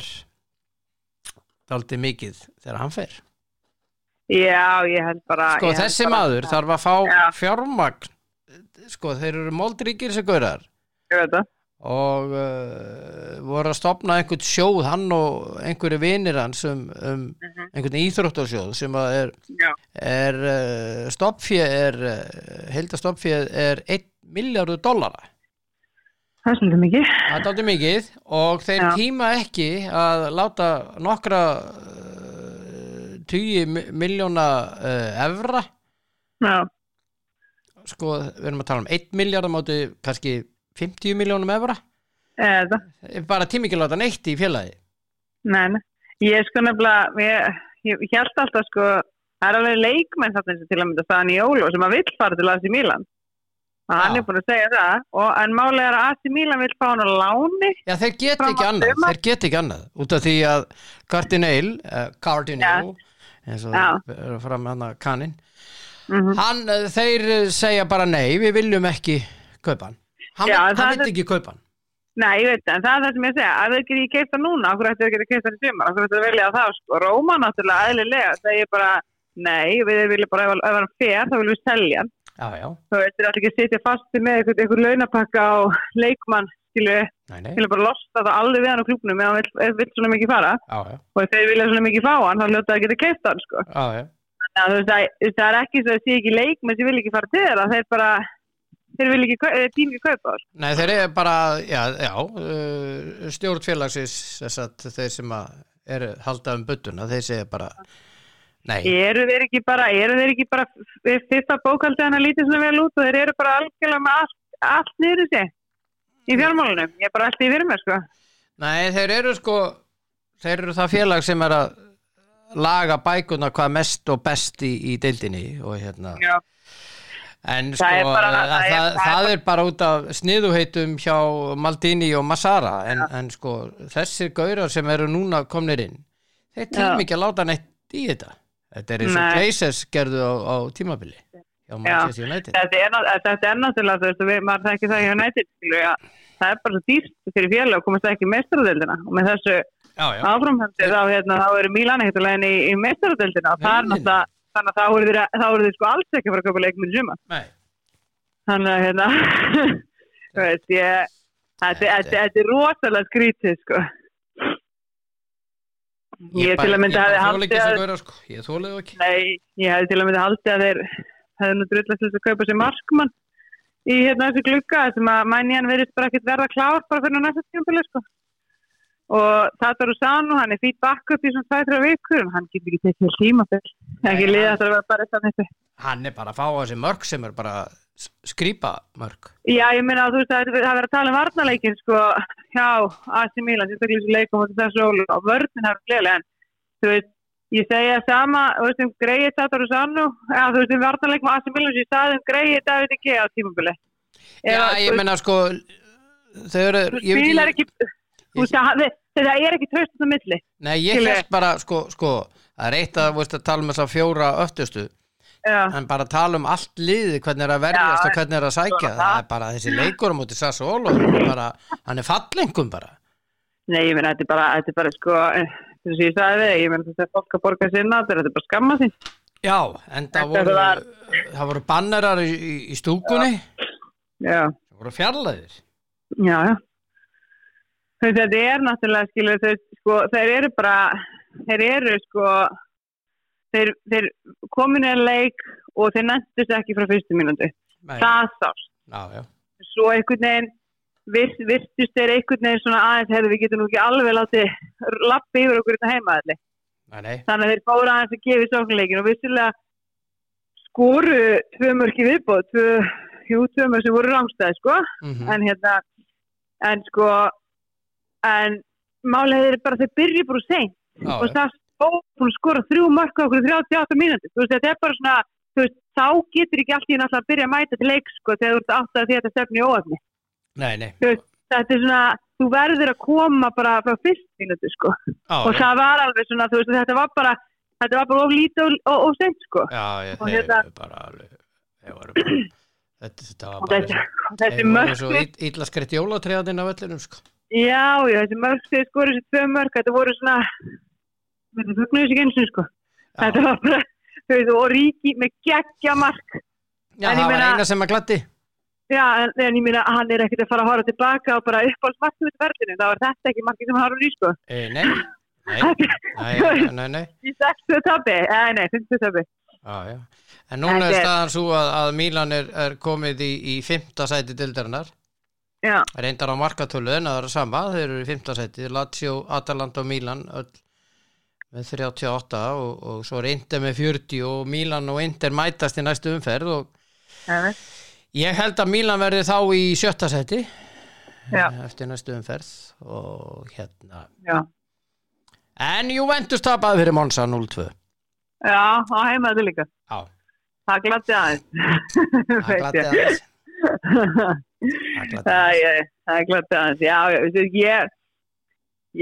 Speaker 1: daldi mikið þegar hann fer
Speaker 4: Já, ég held bara...
Speaker 1: sko
Speaker 4: ég held
Speaker 1: þessi
Speaker 4: bara-
Speaker 1: maður þarf að fá
Speaker 4: Já.
Speaker 1: fjármagn sko þeir eru moldríkir sem gaurar
Speaker 4: Ég veit það.
Speaker 1: og uh, voru að stopna einhvern sjóð hann og einhverju vinir hans um, um
Speaker 4: Mhm.
Speaker 1: einhvern íþróttarsjóð sem að er,
Speaker 4: Já.
Speaker 1: er uh, stoppfjö er, uh, heildastoppfjö er 1 miljardu dollara
Speaker 4: Það er svolítið mikið.
Speaker 1: það er aldrei mikið og þeir
Speaker 4: Já.
Speaker 1: tíma ekki að láta nokkra uh, 10 miljóna uh, evra
Speaker 4: Já,
Speaker 1: sko við erum að tala um 1 miljardum átu kannski 50 miljónum evra
Speaker 4: ég veit það.
Speaker 1: bara tími ekki að láta neitt í félagi
Speaker 4: Nei, nei. Ég sko nefnilega, ég, ég held alltaf sko, það er alveg leikmenn þarna eins og til að mynda staðan í Ólu sem að vill fara til AC Milan. Og hann
Speaker 1: Já.
Speaker 4: er búin að segja það. Og, en málega er að AC Milan vill fá hann á láni.
Speaker 1: Já, þeir get
Speaker 4: Fram
Speaker 1: ekki
Speaker 4: að
Speaker 1: annað,
Speaker 4: sumar.
Speaker 1: þeir get ekki annað út af því að Cardinal uh, Cardinal eins og
Speaker 4: Já.
Speaker 1: er fram hann að kannin
Speaker 4: Mm
Speaker 1: hann, eh, þeir eh, segja bara nei við viljum ekki kaupan hann,
Speaker 4: Já,
Speaker 1: vill-
Speaker 4: það
Speaker 1: hann veit
Speaker 4: er-
Speaker 1: ekki kaupan
Speaker 4: Nei, ég veit það, en það er það sem ég segja, að þau geti ekki keipta núna, okkur ættu þau geti keipta í sumar, okkur ættu þau velja það, sko, Róma náttúrulega eðlilega, það er bara, nei, við viljum bara, ef ef hann fer, þá viljum við selja hann,
Speaker 1: Já, já,
Speaker 4: þú veitir alltaf ekki að sitja fasti með einhvern einhver launapakka á leikmann, skilu,
Speaker 1: nei, nei Já,
Speaker 4: skilu bara losta það alveg við hann á klubnum, ef hann vill, ef vill svona mikið fara,
Speaker 1: já,
Speaker 4: og ef þeir vilja svona mikið fá hann, þá ljóta það geta keipta hann, sko,
Speaker 1: já, já.
Speaker 4: þannig að þú veist, það- þú veist, það er ekki svo að sé ekki leikmenn sem vilja ekki fara til þeirra, þeir bara, þeir vilja ekki, kau- eh, tími ekki kaupa, þá, sko.
Speaker 1: Nei, þeir eru bara, já, já uh, stjórnfélagsins þess að þeir sem að eru halda um buttuna, þeir segja bara nei,
Speaker 4: Eru þeir ekki bara, eru þeir ekki bara f- fyrsta bókaldi hann að lítið svona vel út og þeir eru bara algjörlega með allt, allt niður í sig í fjármálunum. Ég er bara alltaf í fyrir mér, sko.
Speaker 1: nei, þeir eru sko þeir eru það félag sem er að laga bækuna hvað mest og best í, í deildinni og hérna
Speaker 4: Já,
Speaker 1: En sko,
Speaker 4: Það
Speaker 1: það
Speaker 4: er
Speaker 1: er
Speaker 4: bara-
Speaker 1: bara,
Speaker 4: það er-
Speaker 1: það,
Speaker 4: það er bara-
Speaker 1: er bara út af sniðuheitum hjá Maldini og Massara en, en sko, þessir gaurar sem eru núna komnir inn, þeir tími
Speaker 4: Já.
Speaker 1: ekki að láta neitt í þetta. Þetta er eins og
Speaker 4: Nei.
Speaker 1: Glazers gerðu á, á tímabili hjá Manchester United.
Speaker 4: þetta er, ná- þetta er náttúrulega, þú veist, og við- maður það ekki það hjá nættið, skilu, já. Það er bara svo dýrt fyrir félag og komast ekki í meistaradeildina og með þessu
Speaker 1: Já, já,
Speaker 4: áframhæmdi þá, hérna, þá eru Mílan ekkert alveg í, í meistaradeildina og það er
Speaker 1: Nei, nei.
Speaker 4: náttúrulega, þannig að þá eru þeir, þá eru þeir sko alls ekki að fara að köpa leikminn suma.
Speaker 1: nei,
Speaker 4: þannig að hérna þú veist ég þetta
Speaker 1: Þetta-
Speaker 4: þetta- þetta er rosalega skrítið sko ég til að mynda
Speaker 1: ég
Speaker 4: hafi
Speaker 1: bara þoli ekki
Speaker 4: haldið
Speaker 1: þessar
Speaker 4: að
Speaker 1: gaurar sko, ég þólið ekki.
Speaker 4: nei, ég hefði til að mynda haldið að þeir hefði nú drullast þess að kaupa sér markmann í hérna þessu glugga sem að mæni hann verðist bara ekkert verða klár bara fyrir næsta tímpili sko og Tataru Sanu, hann er fýtt bakk upp í svona 2-3 vikur en hann getur ekki tekið tíma fyrir, ekki
Speaker 1: Nei,
Speaker 4: liða
Speaker 1: hann-
Speaker 4: þetta að vera bara eitt af þessu
Speaker 1: Hann er bara að fá á þessi mörg sem er bara skrýpa mörg.
Speaker 4: Já, ég meina að þú veist að það er verið að tala um varnarleikin sko, hjá AC Milan, þetta er þessu leikum og þessu ólu og vörðin hafa gleðilega en þú veist, ég segja sama þú veist um greið Satoru Sannu eða þú veist um vartanleikum AC Milan sem ég sagði um greið David G. á tímabili
Speaker 1: Já, ég menna sko þau eru
Speaker 4: þú
Speaker 1: ég veit
Speaker 4: spilar ekki þú veist, það- þetta er ekki tröstum á milli
Speaker 1: Nei, ég
Speaker 4: skilur.
Speaker 1: held bara, sko, sko það er eitt að, veist, að tala um þess að fjóra öftustu
Speaker 4: Já.
Speaker 1: en bara tala um allt liði, hvernig er að verjast
Speaker 4: Ah. Já,
Speaker 1: og hvernig er að sækja,
Speaker 4: svona
Speaker 1: það
Speaker 4: það.
Speaker 1: er bara þessi leikur á móti Sassuolo, hann er bara hann er fallengum bara
Speaker 4: Nei, ég meina, þetta er bara, þetta er bara sko, eh, þess að ég sagði þig, ég meina þetta er fólk að borga sinna, þetta er bara skamma sín.
Speaker 1: Já, en það
Speaker 4: Þetta
Speaker 1: voru,
Speaker 4: var-
Speaker 1: það voru bannerar í, í- í stúkunni,
Speaker 4: Já,
Speaker 1: það voru fjarlæðir
Speaker 4: já, já. Þú veist, þetta er náttúrulega, skilur, þeir, sko, þeir eru bara, þeir eru sko, þeir, þeir kominu að leik og þeir nættust ekki frá fyrstu mínúti.
Speaker 1: Nei,
Speaker 4: Það sást.
Speaker 1: já, já,
Speaker 4: Svo einhvern veginn, virt, virtust þeir einhvern veginn svona aðeins, heyrðu, við getum nú ekki alveg látið lappi yfir okkur þetta heimaðalli.
Speaker 1: nei, nei
Speaker 4: þannig að þeir fóra aðeins að gefa í sóknleikin og vissulega skoru tvö mörki viðbóð tvö, jú, tvö mörki sem voru rámstæði sko.
Speaker 1: mhm,
Speaker 4: en hérna en sko en málið er bara að þeir byrja bara seint
Speaker 1: Já,
Speaker 4: og
Speaker 1: já.
Speaker 4: það búin að skora þrjú mörk á okkur í 38 mínúti þú veist þetta er bara svona þú veist, þá getur ekki allt í náttúrulega að byrja að mæta til leik sko þegar þú ert átt að því að þetta stefni í óöfni
Speaker 1: nei, nei
Speaker 4: þú veist þetta er svona þú verður að koma bara frá fyrst mínúti sko
Speaker 1: Já,
Speaker 4: og
Speaker 1: já,
Speaker 4: það var alveg svona, þú veist, þetta var bara þetta var bara of lítið og, og, og sent sko
Speaker 1: já, já,
Speaker 4: og
Speaker 1: þeir
Speaker 4: hérna-
Speaker 1: eru bara alveg, þeir voru bara þetta, þetta var
Speaker 4: og
Speaker 1: bara
Speaker 4: þessi, og
Speaker 1: þeir
Speaker 4: þessi
Speaker 1: voru
Speaker 4: mörg
Speaker 1: svo
Speaker 4: já,
Speaker 1: ill- illa skreitt jólatreðin af öllunum, sko
Speaker 4: já, þessi mörg þeir sko þessi tvö mörg, þetta voru svona þetta fugnuðu sér geinsin sko
Speaker 1: Já,
Speaker 4: þetta var bara, þú veist, og ríki með geggja mark
Speaker 1: já
Speaker 4: en ég
Speaker 1: það var
Speaker 4: meina-
Speaker 1: eina sem að gladdi
Speaker 4: já, en, en ég meina, hann er ekkert að fara að horfa tilbaka og bara uppáhalds markið með verðinu, þá er þetta ekki markið sem hann horfum í sko
Speaker 1: Eh, Nei, nei, nei,
Speaker 4: þú
Speaker 1: nei,
Speaker 4: veist,
Speaker 1: nei, nei.
Speaker 4: í sextu tabi, nei, nei, fymtu tabi
Speaker 1: Já, já. En núna
Speaker 4: Þetta
Speaker 1: er
Speaker 4: er-
Speaker 1: staðan svo að, að Mílan er, er komið í, í fymta sæti dildarinnar.
Speaker 4: já,
Speaker 1: Reyndar á markatölu en það er sama, þeir eru í fymta sæti. Lazio, Atalanta og Mílan öll með 38 og, og svo er Inter með 40 og Mílan og Inter mætast í næstu umferð og
Speaker 4: nei,
Speaker 1: ég held að Mílan verði þá í sjötta sæti
Speaker 4: já,
Speaker 1: eftir næstu umferð og hérna.
Speaker 4: já
Speaker 1: En Juventus tapaði fyrir Monsa 0-2.
Speaker 4: já, á heimaðu líka
Speaker 1: Já,
Speaker 4: Það glatti aðeins.
Speaker 1: það glætti aðeins. Það gladdi aðeins.
Speaker 4: Það ég- það glatti aðeins, já, já, veistu, ég,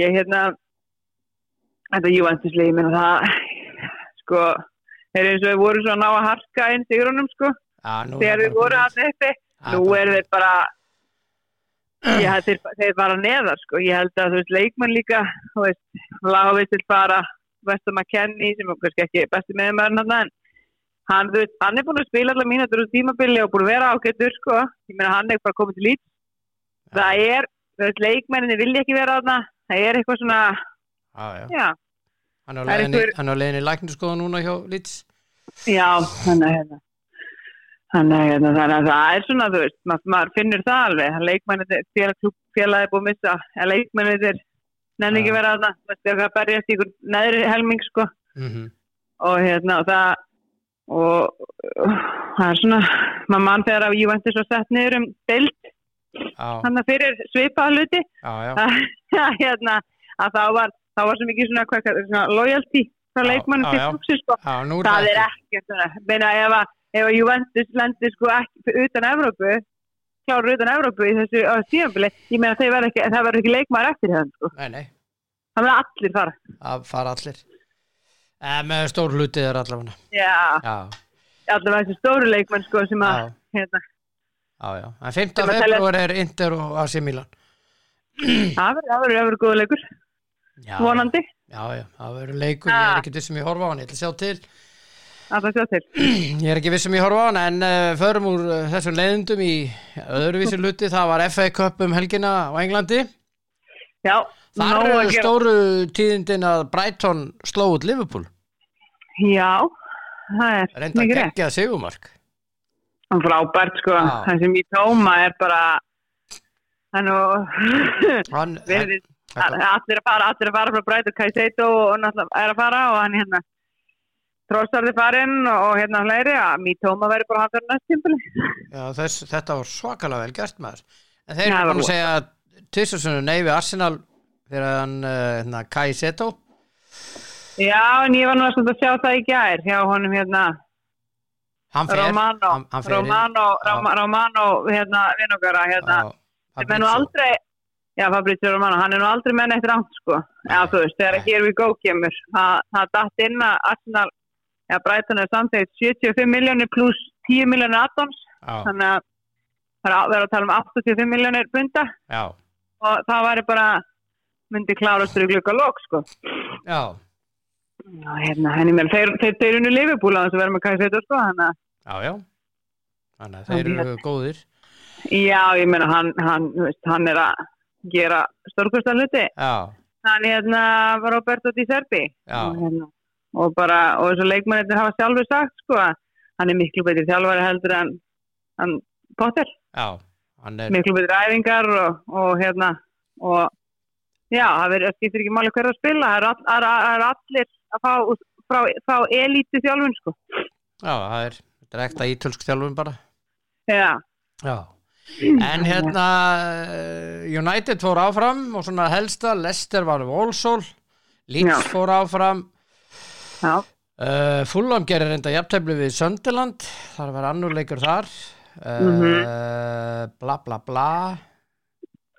Speaker 4: ég hérna, þetta júventuslið, ég meina það, sko, þeir eru eins og þeir voru svo að ná að harka inn sigrunum, sko,
Speaker 1: Já, nú er
Speaker 4: þegar
Speaker 1: það
Speaker 4: þeir
Speaker 1: bara Ah, komið. Það
Speaker 4: voru að uppi, nú
Speaker 1: bara-
Speaker 4: eru þeir bara, já, þeir, þeir bara neðar, sko, ég held að, þú veist, leikmann líka, þú veist, Láfið til bara, Vestam að kenni, sem er kannski ekki besti meðmörn hann, en hann, þú veist, hann er búin að spila allar mínútur úr tímabili og búin að vera ágættur sko. ég meina hann er bara komið til lít það er, þú veist, leikmenninni vilja ekki vera þarna, það er eitthvað svona
Speaker 1: Já, já.
Speaker 4: já,
Speaker 1: Hann er á
Speaker 4: Það er
Speaker 1: leiðinni,
Speaker 4: einhver-
Speaker 1: hann er á leiðinni í lækniskoða núna hjá Líts.
Speaker 4: já, þannig að hérna þannig að hérna, þannig að það er svona þú veist, maður, maður finnur það alveg leikmenninni, félagi búið að missa að leikmenninni þeir nenni
Speaker 1: Já.
Speaker 4: ekki vera þarna, þú veist, þeir eru að berjast í ykkur neðri helming, sko,
Speaker 1: Mm -hmm.
Speaker 4: og hérna, og það og uh, það er svona maður mann þegar að Juventus var sett niður um deild,
Speaker 1: Já,
Speaker 4: hann að fyrir svipaða hluti
Speaker 1: já, já.
Speaker 4: að, hérna, að það var það var svo mikið svona, hvað, hvað- svona loyalty frá
Speaker 1: Já,
Speaker 4: leikmannum
Speaker 1: já,
Speaker 4: til
Speaker 1: já.
Speaker 4: klúksins sko.
Speaker 1: Já, nú er
Speaker 4: það
Speaker 1: það
Speaker 4: er ekki svona, meina ef að ef að Juventus lendir sko ekki utan Evrópu kláru utan Evrópu í þessu á tíðanbili, ég meina þeir verða ekki það verður ekki leikmaður eftir hérna sko
Speaker 1: Nei, nei,
Speaker 4: það verða allir fara
Speaker 1: það fara allir. Eh, með stór hlutið er allavega.
Speaker 4: já,
Speaker 1: Já,
Speaker 4: allavega þessi stóru leikmann sko sem að
Speaker 1: Já.
Speaker 4: hérna,
Speaker 1: já, já. En 5.
Speaker 4: Sem að telja-
Speaker 1: februar er Inter og AC Milan.
Speaker 4: það verður- það verður verður góða leikur,
Speaker 1: Já,
Speaker 4: vonandi
Speaker 1: Já, já, það verður leikur,
Speaker 4: Ah.
Speaker 1: ég er ekki vissum ég horfa á hann, ég ætla að sjá til.
Speaker 4: að það sjá til
Speaker 1: Ég er ekki vissum ég horfa á hann, en uh, förum úr uh, þessum leiðendum í öðruvísi hluti, það var FA Cup um helgina á Englandi.
Speaker 4: já, nóg
Speaker 1: Þar
Speaker 4: að
Speaker 1: eru
Speaker 4: gera.
Speaker 1: stóru tíðindin að Brighton sló út Liverpool.
Speaker 4: já, það er
Speaker 1: reynda að
Speaker 4: mikið rétt
Speaker 1: gegja sigumark
Speaker 4: hann frábært sko,
Speaker 1: Já.
Speaker 4: það sem í tóma er bara hann og
Speaker 1: hann, hann,
Speaker 4: verið
Speaker 1: þetta-
Speaker 4: allir að fara, allir að fara frá Bræt og Kajseito og náttúrulega er að fara og hann hérna tróstarði farinn og hérna hlæri að mý tóma verið bara hann fyrir næst tímpili
Speaker 1: já, þess, þetta var svakalega vel gert maður en þeir
Speaker 4: Já,
Speaker 1: eru
Speaker 4: það
Speaker 1: búin
Speaker 4: var
Speaker 1: að segja að tvisvarsunum nei við Arsenal þegar hann uh, hérna, Kai Seto
Speaker 4: Já, en ég var nú að stund að sjá það í gær hjá honum hérna
Speaker 1: hann fer
Speaker 4: Romano,
Speaker 1: hann, hann fer inn.
Speaker 4: Romano,
Speaker 1: Já.
Speaker 4: Roma- Romano hérna vinnugara hérna
Speaker 1: Já,
Speaker 4: sem er nú aldrei Já, Fabrizio Romano, hann er nú aldrei menn eitt rangt sko Já, þú veist, þegar
Speaker 1: Nei.
Speaker 4: Here We Go kemur það það datt inn að Arsenal Já, Brighton er samþegið 75 miljónir pluss 10 miljónir addons
Speaker 1: já,
Speaker 4: þannig að það er að vera að tala um 85 miljónir bunda
Speaker 1: já,
Speaker 4: og það væri bara myndi klárastur í glukka lók sko
Speaker 1: já,
Speaker 4: Já, hérna, henni mér, þeir, þeir, þeir eru nú lifibúla þess að vera með kæseta sko, hann að,
Speaker 1: já, já þannig að þeir
Speaker 4: Hann
Speaker 1: eru góðir
Speaker 4: já, ég meina, hann, hann, þú veist, hann er að gera stórkvösta hluti,
Speaker 1: já,
Speaker 4: hann hérna var Roberto Di Serbi,
Speaker 1: Já.
Speaker 4: og, hérna, og bara, og þessu leikmennir hafa sjálfur sagt, sko, að hann er miklu betri þjálfari heldur en, en Potter,
Speaker 1: já hann er,
Speaker 4: miklu betri æfingar og, og hérna, og já, það verður, það skiptir ekki máli hver er að spila, það eru all- það eru- það eru allir að fá, úr- frá, frá elíti þjálfun, sko,
Speaker 1: já, það er direkta ítölsk þjálfum bara
Speaker 4: já.
Speaker 1: já En hérna eh, United fór áfram og svona helsta, Leicester var Volsól Leeds
Speaker 4: Já.
Speaker 1: fór áfram
Speaker 4: Já,
Speaker 1: Uh, Fulham gerir reynda jafntefni við Söndiland, þar var annurleikur þar uh, bla bla bla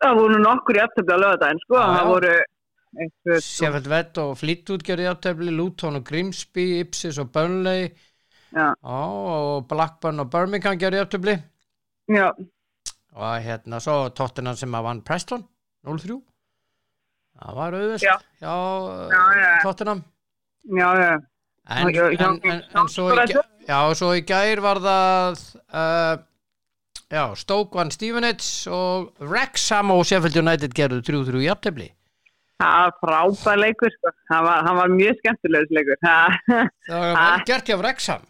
Speaker 4: það voru nú nokkur í aftöfli á lögadaginn, sko,
Speaker 1: Já, já.
Speaker 4: það voru einhver,
Speaker 1: Sjöfell Vett og Flítút gerir jafntefni, Luton og Grimsby Ipsis og Burnley
Speaker 4: já,
Speaker 1: á, og Blackburn og Birmingham gerir jafntefni
Speaker 4: já,
Speaker 1: og hérna svo Tottenham sem að vann Preston 0-3 það var auðvist
Speaker 4: Já.
Speaker 1: hjá uh,
Speaker 4: Já, já.
Speaker 1: Tottenham uh,
Speaker 4: já, já,
Speaker 1: en,
Speaker 4: Já, já, já,
Speaker 1: en, en, en svo, í,
Speaker 4: já,
Speaker 1: gær- já, svo í gær var það uh, já, Stoke vann Stevenage og Wrexham og Sheffield United gerðu 3-3 jafntefni
Speaker 4: það var frábær leikur, sko, það var, hann var mjög skemmtilegur þessi leikur, Ha,
Speaker 1: það var
Speaker 4: Ah.
Speaker 1: vel gert hjá Wrexham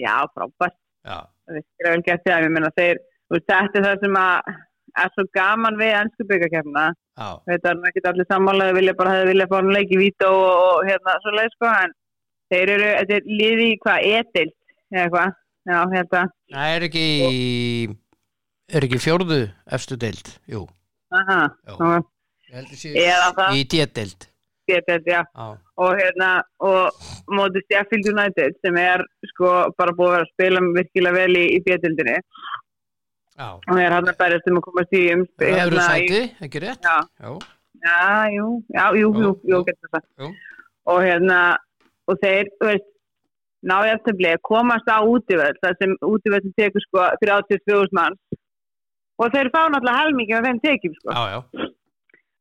Speaker 4: já, frábær,
Speaker 1: já,
Speaker 4: það er vel gert það, ég meina þeir, þú veist, þetta er það sem að, er svo gaman við ennsku byggakefna,
Speaker 1: já,
Speaker 4: þetta er nú ekkert allir sammálaði, vilja bara hefði vilja fá hann leik í vító og, og hérna, svo leið, sko, en þeir eru, þetta er liði í hvað, etilt, eða hvað, já, hérna,
Speaker 1: það er ekki er ekki fjórðu efstu deild, jú
Speaker 4: aha,
Speaker 1: Já.
Speaker 4: já,
Speaker 1: Ég held að sé
Speaker 4: Eða það.
Speaker 1: í D-deild
Speaker 4: etilt, já,
Speaker 1: já,
Speaker 4: og hérna og móti Sheffield United sem er sko bara búið að vera að spila virkilega vel í, í bjöldildinni
Speaker 1: já,
Speaker 4: og er hann að berjast um að komast í um
Speaker 1: það eru
Speaker 4: í,
Speaker 1: sæti ekki rétt,
Speaker 4: já,
Speaker 1: já,
Speaker 4: já, jú, já, jú, jú,
Speaker 1: Jú,
Speaker 4: jú,
Speaker 1: jú.
Speaker 4: getur það
Speaker 1: Jú.
Speaker 4: og hérna og þeir, þú veist nája aftabli, komast á útivöld það sem útivöld sem tekur sko 32.000 mann og þeir fá náttúrulega helmingi af þeim tekjum sko
Speaker 1: já, já,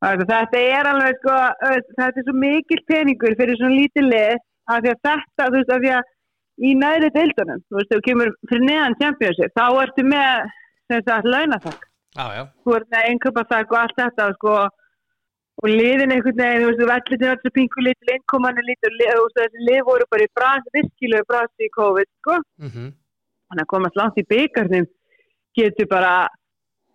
Speaker 4: Þetta, þetta er alveg sko, auðvitað, þetta er svo mikill peningur fyrir svona lítið lið af því að þetta, þú veist, af því að í næri deildunum, þú veist, ef þú kemur fyrir neðan championship, þá ertu með sem sagt launatak,
Speaker 1: já, já,
Speaker 4: þú ert með einnköpatak og allt þetta sko, og liðin einhvern veginn, þú veist, vellitin er alltaf pingu lítil, innkomanir lítil, lið- þú veist, þessi lið voru bara í brans, virkilega brans í COVID, sko
Speaker 1: mhm
Speaker 4: þannig að komast langt í byggarnum getur bara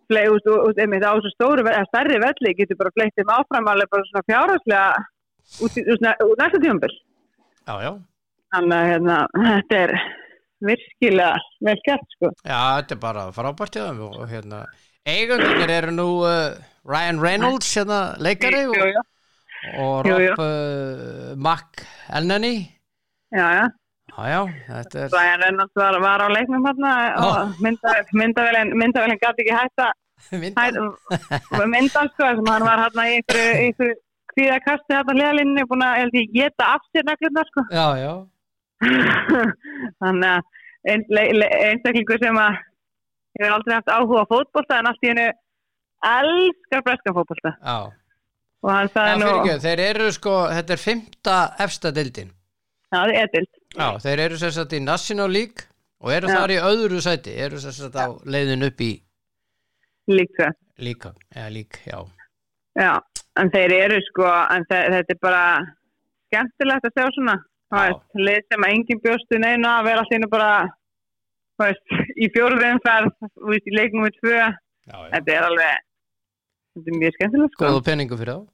Speaker 4: flei, úst, úst, einmitt, á þessu stóru, ve- eða stærri velli getur bara fleitt þeim áfram alveg bara svona fjárhagslega út, í- úst, næ- út næsta tímabil
Speaker 1: Já, já,
Speaker 4: þannig að hérna, þetta er virkilega vel gert sko
Speaker 1: já, þetta er bara frábært hjá þeim og og hérna, eigundinir eru nú uh, Ryan Reynolds, hérna, leikari
Speaker 4: Jú,
Speaker 1: og,
Speaker 4: jú,
Speaker 1: og
Speaker 4: Jú,
Speaker 1: Rob
Speaker 4: jú.
Speaker 1: uh, Mack Elneny
Speaker 4: já, já,
Speaker 1: Já, já, þetta er
Speaker 4: Brian Reynolds var, var á leiknum hérna og myndavelin myndavelin mynda gæti ekki hætta
Speaker 1: mynd,
Speaker 4: hætta myndan sko sem hann var hérna í einhverju, einhverju kvíðakasti hérna hliðalinnu búin að ég held ég geta af sér neglunar sko
Speaker 1: Já, já,
Speaker 4: þannig að ein- le- le- einstaklingur sem að hefur aldrei haft áhuga á fótbolta en allt í hennu elskar breska fótbolta
Speaker 1: já
Speaker 4: og hann
Speaker 1: Já,
Speaker 4: sagði nú
Speaker 1: fyrir þeir eru sko, þetta er fymta efsta deildin
Speaker 4: það er edilt
Speaker 1: Já, þeir eru sem sagt í National League og eru
Speaker 4: Já.
Speaker 1: þar í öðru sæti eru sem sagt á leiðin upp í
Speaker 4: líka
Speaker 1: líka, eða lík, já
Speaker 4: já. en þeir eru sko en þe þetta er bara skemmtilegt að sjá svona Þú
Speaker 1: Já.
Speaker 4: veist, lið sem að enginn bjóstu neina að vera allt í hennu bara þú veist, í fjóruðum ferð þú veist, í leiknum við tvö
Speaker 1: Já, já,
Speaker 4: þetta er alveg þetta er mjög skemmtilegt sko
Speaker 1: góðu peningu fyrir þá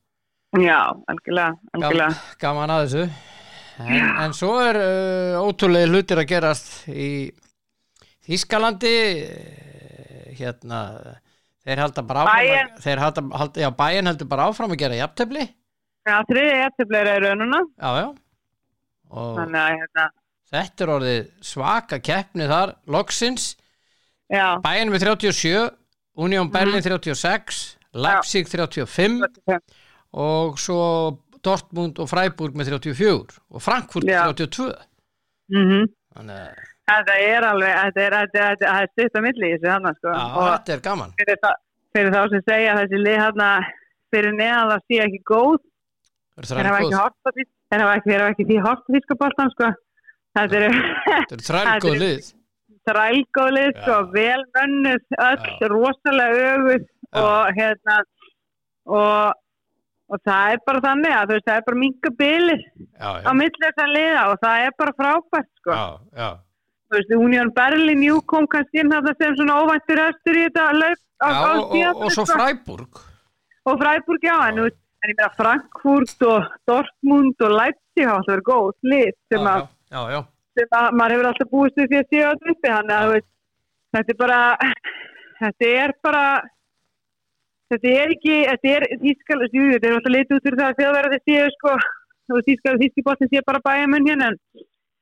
Speaker 4: já, algjörlega, algjörlega.
Speaker 1: gaman, gaman að þessu en, en svo er uh, ótrúlega hlutir að gerast í Þískalandi eh, hérna Þeir halda bara áfram að-
Speaker 4: Bayern.
Speaker 1: Þeir halda, halda, já, bæin heldur bara áfram að gera jafntefli
Speaker 4: Já, þriði jættifleira eru núna,
Speaker 1: Já, já Og
Speaker 4: þannig að hérna,
Speaker 1: þetta er orðið svaka keppni þar Loksins,
Speaker 4: já,
Speaker 1: bæin með 37 Union Berlin
Speaker 4: Mhm.
Speaker 1: 36 Leipzig 35 og svo Dortmund og Freiburg með 34 og Frankfurt
Speaker 4: Já.
Speaker 1: 32
Speaker 4: mhm.
Speaker 1: þannig að
Speaker 4: Þetta er alveg, þetta er, þetta er, þetta er stutt á milli í þessu hann, sko.
Speaker 1: já,
Speaker 4: og
Speaker 1: þetta er gaman
Speaker 4: fyrir, það, fyrir þá sem segja að þessi lið hann fyrir neðan það sé ekki góð,
Speaker 1: Þetta
Speaker 4: þeir
Speaker 1: eru
Speaker 4: hafa
Speaker 1: þrær
Speaker 4: ekki
Speaker 1: góð-
Speaker 4: hort á því, þeir hafa ekki, þeir hafa ekki því hort á því sko bóltan, sko. Þetta eru
Speaker 1: þetta eru þrær
Speaker 4: Þetta
Speaker 1: góð
Speaker 4: eru-
Speaker 1: lið
Speaker 4: þrælgóðlið, sko,
Speaker 1: Já.
Speaker 4: vel mönnuð, öll, rosalega öguð og hérna, og, og það er bara þannig að þú veist, það er bara minga bilið
Speaker 1: já, já,
Speaker 4: á milli þessar liða og það er bara frábært, sko.
Speaker 1: já, já,
Speaker 4: þú veist, Union Berlin, jú kom kannski inn þarna sem svona óvæntur östur í þetta löf á,
Speaker 1: já
Speaker 4: á
Speaker 1: og, og, og
Speaker 4: tíðanbili,
Speaker 1: svo
Speaker 4: sko.
Speaker 1: Freiburg
Speaker 4: og Freiburg, já, en, þú veist, en ég meina Frankfurt og Dortmund og Leipzig hafa alltaf verið góð lið
Speaker 1: já,
Speaker 4: sem, að,
Speaker 1: já, já,
Speaker 4: sem að maður hefur alltaf búist við því að séu að uppi hann að þú veist, þetta er bara þetta er bara þetta er ekki, þetta er þýskalast, jú, þetta er alltaf litið út fyrir það að þjóðverða þið séu sko og þýskalast þýskibottin sé bara bæjamun hérna en,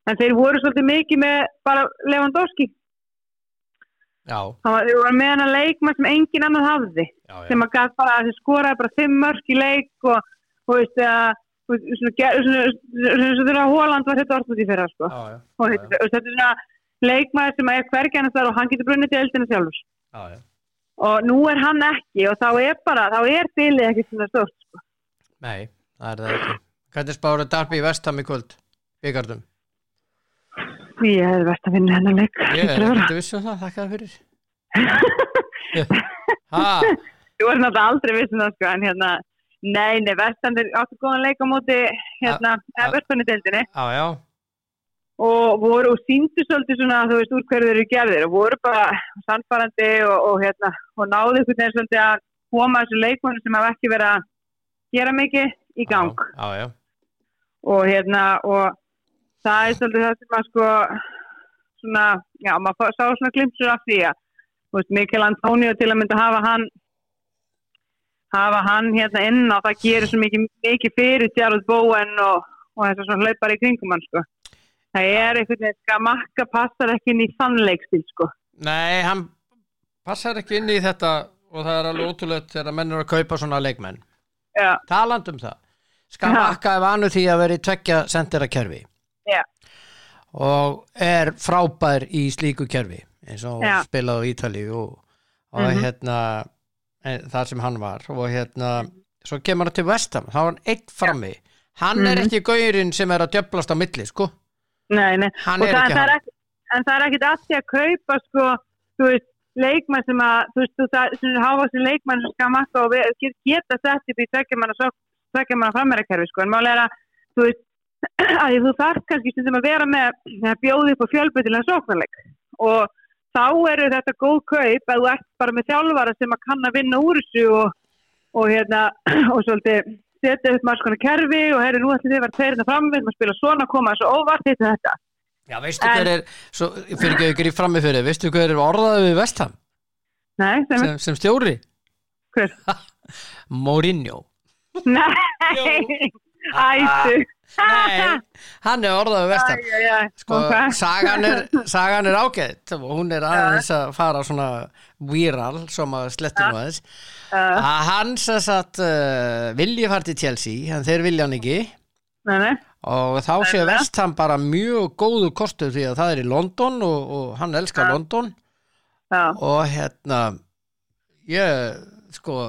Speaker 4: en þeir voru svolítið mikið með bara Lewandowski
Speaker 1: já,
Speaker 4: Það var, þeir voru með hennar leikmann sem engin annar hafði
Speaker 1: já, já,
Speaker 4: sem að gaf bara að þeir skoraði bara fimm mörg í leik og þú veist að þú veist, svona gerð svona svona svona þegar Hóland var þetta orðbúti fyrir það sko
Speaker 1: já, já,
Speaker 4: og þetta, þetta er svona leikmann sem er hvergi annars þar og hann getur brunnið til eldina sjálfur
Speaker 1: já, já.
Speaker 4: og nú er hann ekki og þá er bara þá er bylið ekki svona stórt sko.
Speaker 1: nei, það er það ekki hvernig spáru Darby í Vestham í kvöld byggardum,
Speaker 4: ég hefði verið að vinna hennar leik
Speaker 1: ég er
Speaker 4: Hlýtur að vera.
Speaker 1: ekki vissum það þakka það fyrir ha,
Speaker 4: Þú voru náttúrulega aldrei vissin það sko, en hérna, nei, nei, verstandir áttu góðan leik á móti, hérna,
Speaker 1: a-
Speaker 4: Evertoni deildinni
Speaker 1: já, já,
Speaker 4: og voru og síndu svolítið svona, þú veist, úr hverju þeir eru gerðir og voru bara sannfærandi og, og hérna, og náðu einhvern veginn svolítið að koma þessu leikmannu sem hafa ekki verið að gera mikið í gang
Speaker 1: já, já, já,
Speaker 4: og hérna, og það er svolítið það sem að sko svona, já, maður fá- sá svona glimtsur af því að, þú veist, Mikkel Antonio til að mynda hafa hann hafa hann hérna inn og það gerir svo mikið, mikið fyrir Jarrod Bowen og, og þess að svona hlaupar í kringum hann sko. Það er einhvern veginn skamakka passar ekki inn í sannleikstil sko.
Speaker 1: Nei, hann passar ekki inn í þetta og það er alveg ótrúlegt þegar menn eru að kaupa svona leikmenn.
Speaker 4: Já,
Speaker 1: Taland um það. Skamakka er vanu því að vera í tveggja sendera kerfi
Speaker 4: já,
Speaker 1: og er frábær í slíku kerfi eins og
Speaker 4: Já.
Speaker 1: ja. spilað á Ítali og, og
Speaker 4: Mhm.
Speaker 1: hérna e, þar sem hann var og hérna svo kemur hann til vestam, þá er hann einn frammi hann er
Speaker 4: Mhm.
Speaker 1: ekki gaurinn sem er að djöflast á milli sko,
Speaker 4: nei, nei.
Speaker 1: hann
Speaker 4: Og
Speaker 1: er ekki
Speaker 4: það er
Speaker 1: hann
Speaker 4: ekki, en það er ekkit að því að kaupa sko, þú veist, leikmann sem að, þú veist, þú það, sem hafa sem leikmann sem skamakka og við, get- geta sett upp í tveggjumanna sókn, tveggjumanna framherrakerfi sko, en málega er að, þú veist, að því þú þarf kannski stundum að vera með að bjóða upp á fjölbyrðilega sóknarleik og þá eru þetta góð kaup að þú ert bara með þjálfara sem að kann að vinna úr þessu og, og hérna, og svolítið setja upp maður skona kerfi og herri nú ætlum þið að vera tveirina framvið, maður spila svona, koma þessu óvart, hitt og þetta.
Speaker 1: Já, veistu
Speaker 4: En-
Speaker 1: hver er, svo, fyrir ekki að gríf frammi fyrir veistu hver er orðaðið við vestam
Speaker 4: Nei, sem
Speaker 1: sem, sem stjóri?
Speaker 4: Hver?
Speaker 1: Mourinho
Speaker 4: Nei, ættu.
Speaker 1: Nei, hann er orðaðu vestan
Speaker 4: Æ, æ, æ.
Speaker 1: Sko,
Speaker 4: Ok.
Speaker 1: sagan er, sagan er ágætt og hún er aðeins að fara svona viral, sem að slettum aðeins
Speaker 4: Uh,
Speaker 1: að hann sem sagt uh, vilji fara til Chelsea en þeir vilja hann ekki
Speaker 4: nei, nei.
Speaker 1: og þá sé vestan bara mjög góðu kostu því að það er í London og, og hann elskar London
Speaker 4: Já,
Speaker 1: og hérna ég, sko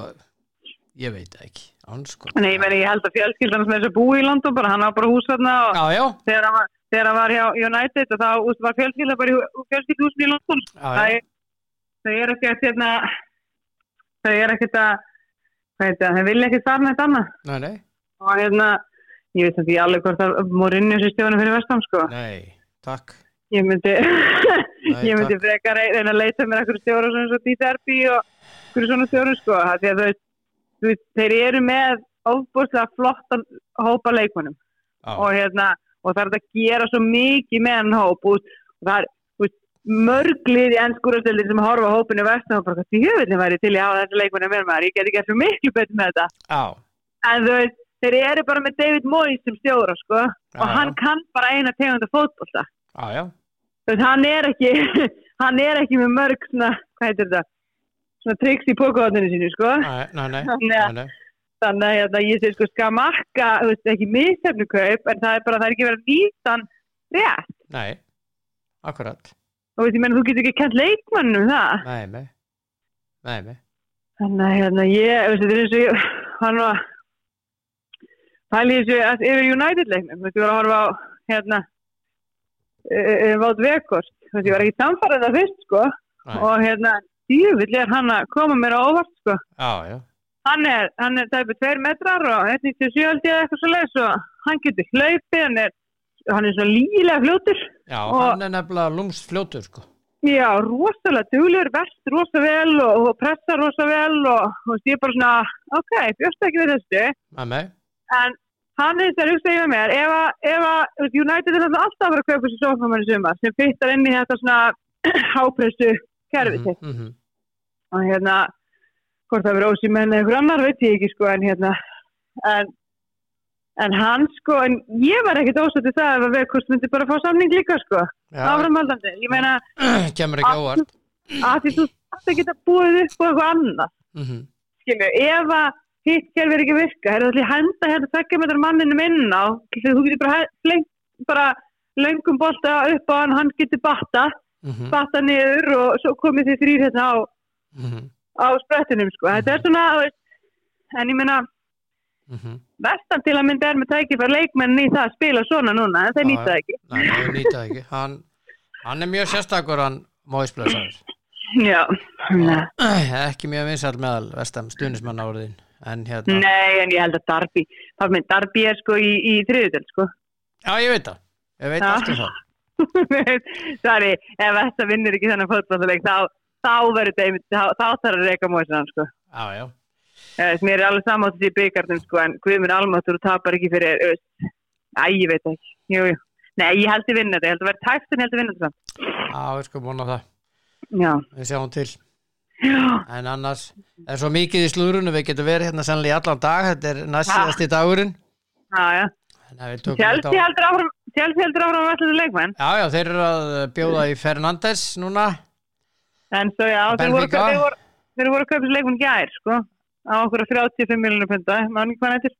Speaker 1: ég veit það ekki, hann sko
Speaker 4: nei, ég meni, ég held að fjölskyldan sem er að búa í London bara, hann á bara hús þarna og
Speaker 1: Já, já,
Speaker 4: þegar hann var, þegar hann var hjá United og þá úst, var fjölskyldan bara í fjölskyldhúsin í London.
Speaker 1: já,
Speaker 4: Það
Speaker 1: já.
Speaker 4: er, þau eru ekkert, hérna, þau eru ekkert að, hvað heit það, þau vilja ekkert þar neitt annað.
Speaker 1: Nei, nei,
Speaker 4: Og hérna, ég veit ekki alveg hvort að morinni og sýstjóðinu fyrir vestam, sko.
Speaker 1: nei, takk
Speaker 4: Ég myndi, ég myndi
Speaker 1: takk.
Speaker 4: frekar rey- reyna að leita mér eitthvað stjóra svona svo Dieter Erbi og eitthvað svona stjóra sko. af Því að þau, þú veist, þeir eru með ofbúrslega flottan hópa leikmannum
Speaker 1: Já,
Speaker 4: og hérna, og það er hægt að gera svo mikið með hann hóp út. Og það er, þú veist, mörg lið í ennskúrastöldin sem horfa á hópinu vestan og bara því höfðinni væri til ég á þessu leikmennu mér maður, ég get ekki eftir miklu betur með þetta
Speaker 1: Já,
Speaker 4: en þú veist, þeir eru bara með David Moyes sem stjóra sko
Speaker 1: Já,
Speaker 4: og
Speaker 1: já.
Speaker 4: hann kann bara eina tegunda fótbolta
Speaker 1: já, já,
Speaker 4: þú veist, hann er ekki hann er ekki með mörg svona, hvað heitir þetta svona triks í pokahotninu sínu sko
Speaker 1: Æ, nei, nei,
Speaker 4: Þannig
Speaker 1: nei,
Speaker 4: að-
Speaker 1: nei.
Speaker 4: þannig að hérna, ég sé sko skamakka, þú veist, ekki misefnukaup en það er bara, það er ekki verið að nýta hann rétt,
Speaker 1: nei. Akkurat,
Speaker 4: og veist, ég menn, þú getur ekki kent leikmannum það
Speaker 1: nei, nei, nei, nei,
Speaker 4: Þannig að hérna, ég, veist, þetta er eins og ég, hann var, pæli þessu að yfir United-leiknum, veist, ég var að horfa á, hérna, e, e, Vátt Vekost, veist, ég var ekki samfarað það fyrst, sko,
Speaker 1: nei.
Speaker 4: og hérna, djúvill er hann að koma mér á óvart, sko.
Speaker 1: Já, já,
Speaker 4: Hann er, hann er tæpið tveir metrar og 1,97 held ég eitthvað svo leiðis og hann getur hlaupið, hann er, hann er svo lígilega fljótur.
Speaker 1: já,
Speaker 4: Og-
Speaker 1: hann er nefnilega lúmst fljótur, sko.
Speaker 4: Já, rosalega duglegur, verst rosa vel og, og pressar rosa vel og, og ég er bara svona, ok, bjóst ekki við þessu.
Speaker 1: Nei, nei,
Speaker 4: en hann er þess að hugsa yfir mér ef að, ef að þú veist, United er alltaf alltaf að vera að kaupa sér sófamann í sumar sem fyttar inn í þetta svona hápressu kerfi mm
Speaker 1: Mhm, mhm.
Speaker 4: og hérna hvort það verið ósýmenn eða einhver annar veit ég ekki sko en hérna en, en hann sko en ég var ekkit ósætti það ef að Vekost myndi bara fá samning líka sko
Speaker 1: já,
Speaker 4: áframhaldandi, ég meina
Speaker 1: kemur ekki
Speaker 4: Allt-
Speaker 1: ávart.
Speaker 4: að því þú þarft að geta búið upp og eitthvað annað
Speaker 1: Mhm,
Speaker 4: skilu, ef að hitt kerfi er ekki að virka, er það allir henda hérna tveggja metrar manninum inn á þú þú getur bara, he- lengt, bara löngum bolta upp á hann, hann getur batta
Speaker 1: mhm,
Speaker 4: batta niður og svo komið þið þrýr hérna á,
Speaker 1: mhm,
Speaker 4: á sprettinum sko, þetta er svona þú veist, en ég meina,
Speaker 1: mhm.
Speaker 4: vestan til að mynda er með tækifar leikmenn í það að spila svona núna, en
Speaker 1: Já,
Speaker 4: það nýta
Speaker 1: já.
Speaker 4: það ekki
Speaker 1: Nei, nei, ég nýta það ekki. Hann, hann er mjög sérstakur, hann móisblöðsar.
Speaker 4: já, Nei.
Speaker 1: Ekki mjög vinsall meðal vestam stuðnismanna orðin, en hérna.
Speaker 4: nei, en ég held að Darby þar með Darby er sko í, í þriðutel sko
Speaker 1: Já, ég veit það. Ég veit
Speaker 4: Já.
Speaker 1: allt um það.
Speaker 4: Sari, ef þetta vinnur ekki þennan fótballleik þá, þá verður þetta einmitt- þá, þá þarf að reyka móið hann sko.
Speaker 1: Já, já.
Speaker 4: Eh, Mér er alveg samátt þessi byggarnum sko, en Guðmur Almáttur tapar ekki fyrir þú veist. Æ, ég veit það ekki jú, jú. Nei, ég held ég vinna þetta, ég held að vera tækt en ég held ég vinna þetta samt.
Speaker 1: Já, við sko vona það.
Speaker 4: Já,
Speaker 1: Við sjáum til.
Speaker 4: Já.
Speaker 1: En annars er svo mikið í slúrunum, við getum verið hérna sannlega í allan dag, þetta er næst
Speaker 4: Ha.
Speaker 1: síðasti dagurinn.
Speaker 4: Já, já.
Speaker 1: Þannig að við tökum
Speaker 4: Chelsea
Speaker 1: þetta á-
Speaker 4: heldur áfram Chelsea heldur áfram að allir leikmenn
Speaker 1: Já, já, þeir eru að bjóða í Fernandes núna.
Speaker 4: en svo já, þeir voru,
Speaker 1: Benfica.
Speaker 4: þeir voru, þeir voru að kaupa þessi leikmenn gær sko, á okkur á 35 miljonum punda, mann ekki hvað nættir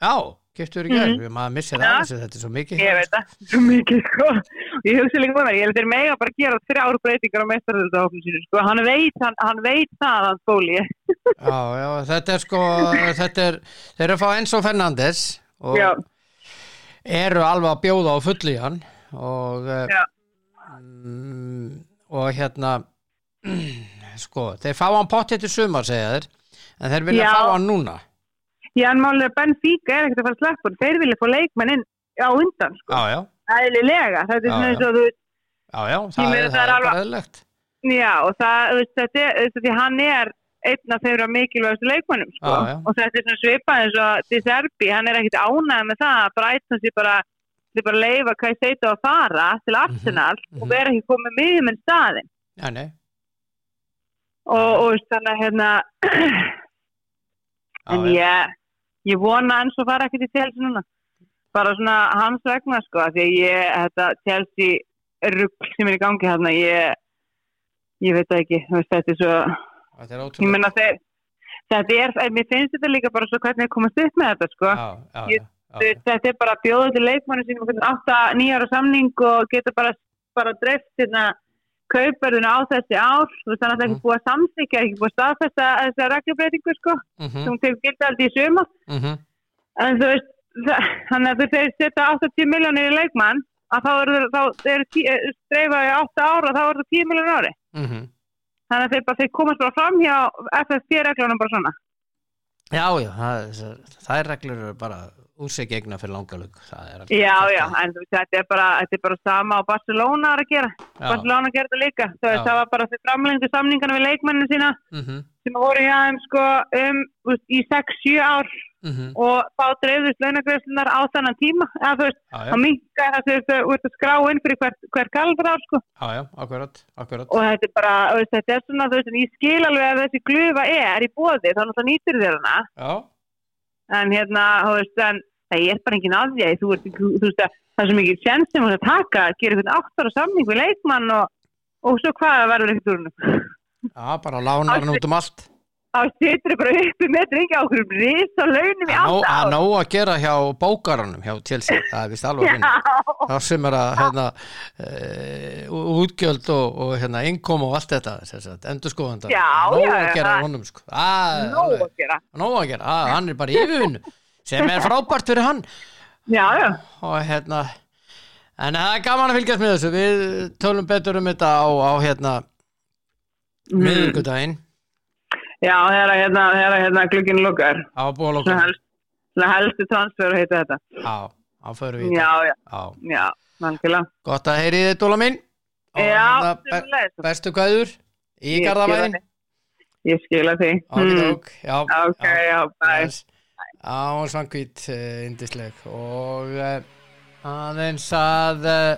Speaker 1: Já, kiptur í gerð,
Speaker 4: Mhm.
Speaker 1: maður missir
Speaker 4: Já.
Speaker 1: það þessu, þetta er svo mikið.
Speaker 4: Ég veit það, svo mikið sko. Ég hugsa líka með mér, ég held þeir mega bara að gera þrjár breytingar á meistaröldahofnum sínu sko. Hann veit, hann, hann veit það að bóli.
Speaker 1: Já, já, þetta er sko, þetta er, þeir eru að fá Enzo Fernandes og
Speaker 4: Já,
Speaker 1: eru alveg að bjóða á fullu í hann og, eh,
Speaker 4: Já.
Speaker 1: mm, og hérna, sko, þeir fá hann pottið til sumar, segja þeir, en þeir vilja
Speaker 4: Já.
Speaker 1: fá hann núna.
Speaker 4: já en málið er að Benfica er ekkert að fara að sleppa hann. Þeir vilja fá leikmenn inn á undan sko.
Speaker 1: Já, já,
Speaker 4: Æðlilega, þetta er
Speaker 1: Já,
Speaker 4: svona eins
Speaker 1: já.
Speaker 4: og þú veist,
Speaker 1: já, já, það
Speaker 4: meina,
Speaker 1: er,
Speaker 4: það
Speaker 1: það
Speaker 4: er
Speaker 1: er
Speaker 4: alveg-
Speaker 1: bara eðlilegt.
Speaker 4: já og það, þú veist, þetta er, þú veist, því hann er einn af þeirra mikilvægastu leikmennum sko.
Speaker 1: Já, já.
Speaker 4: og þetta er svona svipað eins og Di Serbi, hann er ekkert ánægð með það að Brighton sé bara, sé bara leifa hvað ég seita að fara til Arsenal og
Speaker 1: mhm.
Speaker 4: vera ekki komið miðjum en staðin
Speaker 1: Já, nei,
Speaker 4: og, og veist, þannig að hérna en
Speaker 1: já, já,
Speaker 4: ég, ég vona að eins og fara ekkert í Chelsea núna bara svona hans vegna sko af því að ég, þetta Chelsea rugg sem er í gangi hérna ég, ég veit það ekki þú veist, þetta er svo,
Speaker 1: þetta er
Speaker 4: ég
Speaker 1: ótrúlega.
Speaker 4: menna þeir þetta er, en mér finnst þetta líka bara svo hvernig þeir komast upp með þetta sko
Speaker 1: já, já,
Speaker 4: Ég-
Speaker 1: já,
Speaker 4: Þú
Speaker 1: já,
Speaker 4: veist, þetta er bara að bjóða til leikmannu sínum einhvern átta nýjar á samning og geta bara, bara dreift hérna kauparðuna á þessi ár þú veist, þannig að það er
Speaker 1: Mhm.
Speaker 4: ekki búið að samþykja ekki búið að staðfesta þessa reglubreitingu sko,
Speaker 1: mhm,
Speaker 4: sem tegur gildi aldrei í suma
Speaker 1: mhm,
Speaker 4: en þú veist, það- þannig að þú þeir setja 80 miljónir í leikmann að þá eru þeir- þá þeir tí- eh, dreifa í 8 ára, þá eru það 10 miljónir ári
Speaker 1: mhm.
Speaker 4: þannig að þeir, bara, þeir komast bara fram hjá FFP-reglunum bara svona
Speaker 1: Já, já, það, þessar- þær reglur eru bara úr sig gegna fyrir langalug. það er alveg-
Speaker 4: já, já, en þú veist, þetta er bara, þetta er bara sama á Barcelona er að gera
Speaker 1: já.
Speaker 4: Barcelona gerði það líka Þú
Speaker 1: Já.
Speaker 4: veist, það var bara þeir framlengdu samningana við leikmenninu sína
Speaker 1: mhm,
Speaker 4: sem voru hjá þeim sko um, úst, í 6-7 ár
Speaker 1: mhm,
Speaker 4: og þá dreifðust launagreifslunar á þannan tíma eða þú veist,
Speaker 1: já,
Speaker 4: þá
Speaker 1: já,
Speaker 4: minkaði það sem þú ert að skrá inn fyrir hver, hver kaldrað sko
Speaker 1: já, já, akkurat, akkurat,
Speaker 4: og þetta er bara, þú veist, þetta er svona þú veist, en ég skil alveg að þessi glufa er í bóði þá náttúrulega nýtir þér hana
Speaker 1: já,
Speaker 4: en hérna, þú veist, en það er bara engin að því þú, ert, þú veist að það er svo mikið sjens sem hún er að taka, að gera einhvern áttara samning við leikmann og, og svo hvað verður ekkert úr hennum
Speaker 1: já, bara lánar hann út um allt.
Speaker 4: þá situr bara uppi með dringja á hverjum risa launum í
Speaker 1: Að nóg-
Speaker 4: átta
Speaker 1: að
Speaker 4: ár
Speaker 1: nóg að gera hjá bókaranum hjá Chelsea, það er vist alveg hinn
Speaker 4: Já,
Speaker 1: það sem er að hérna, uh, útgjöld og, og hérna, innkom og allt þetta sem sagt, endurskoðanda
Speaker 4: Já,
Speaker 1: nóg
Speaker 4: já,
Speaker 1: að
Speaker 4: já,
Speaker 1: gera
Speaker 4: það-
Speaker 1: honum sko. að,
Speaker 4: nóg að gera
Speaker 1: nóg að gera, að, hann er bara í yfirvinnu sem er frábært fyrir hann
Speaker 4: já, já,
Speaker 1: og hérna en það er gaman að fylgjast með þessu við tölum betur um þetta á, á hérna
Speaker 4: Mm.
Speaker 1: miðvikudaginn
Speaker 4: já, þegar að, hérna, þegar að, hérna glugginn lukkar
Speaker 1: á
Speaker 4: svona
Speaker 1: bólokkum
Speaker 4: helst, svona helstu transfer heita þetta
Speaker 1: á, á förum við í
Speaker 4: já, já,
Speaker 1: þetta. á.
Speaker 4: já, mangilega
Speaker 1: gott að heyri þið dóla mín Og
Speaker 4: já,
Speaker 1: hérna, be-
Speaker 4: sömuleiðis.
Speaker 1: bestu kvæður í
Speaker 4: Ég
Speaker 1: Garðabæinn
Speaker 4: skila því. ég skila því Mm.
Speaker 1: Okidók, já.
Speaker 4: ok, já, bæ
Speaker 1: Yes. Á, hún svangvít, uh, indisleg. Og uh, aðeins að uh,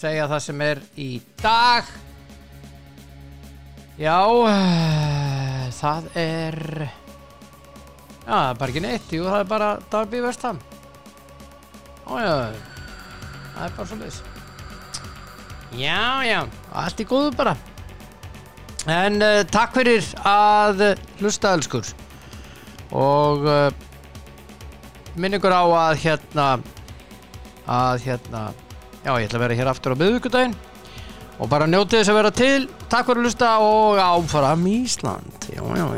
Speaker 1: segja það sem er í dag. Já, eh, það er... Já, það er bara ekki neitt, jú, það er bara Darby Vestham. Ó, já, það er bara svo leiðis. Já, já, allt í góðu bara. En uh, takk fyrir að eh, hlusta, elskur og uh, minn ykkur á að hérna að hérna já ég ætla að vera hér aftur á miðvíkudaginn og bara njótið þess að vera til takk fyrir að hlusta og áfram Ísland já já já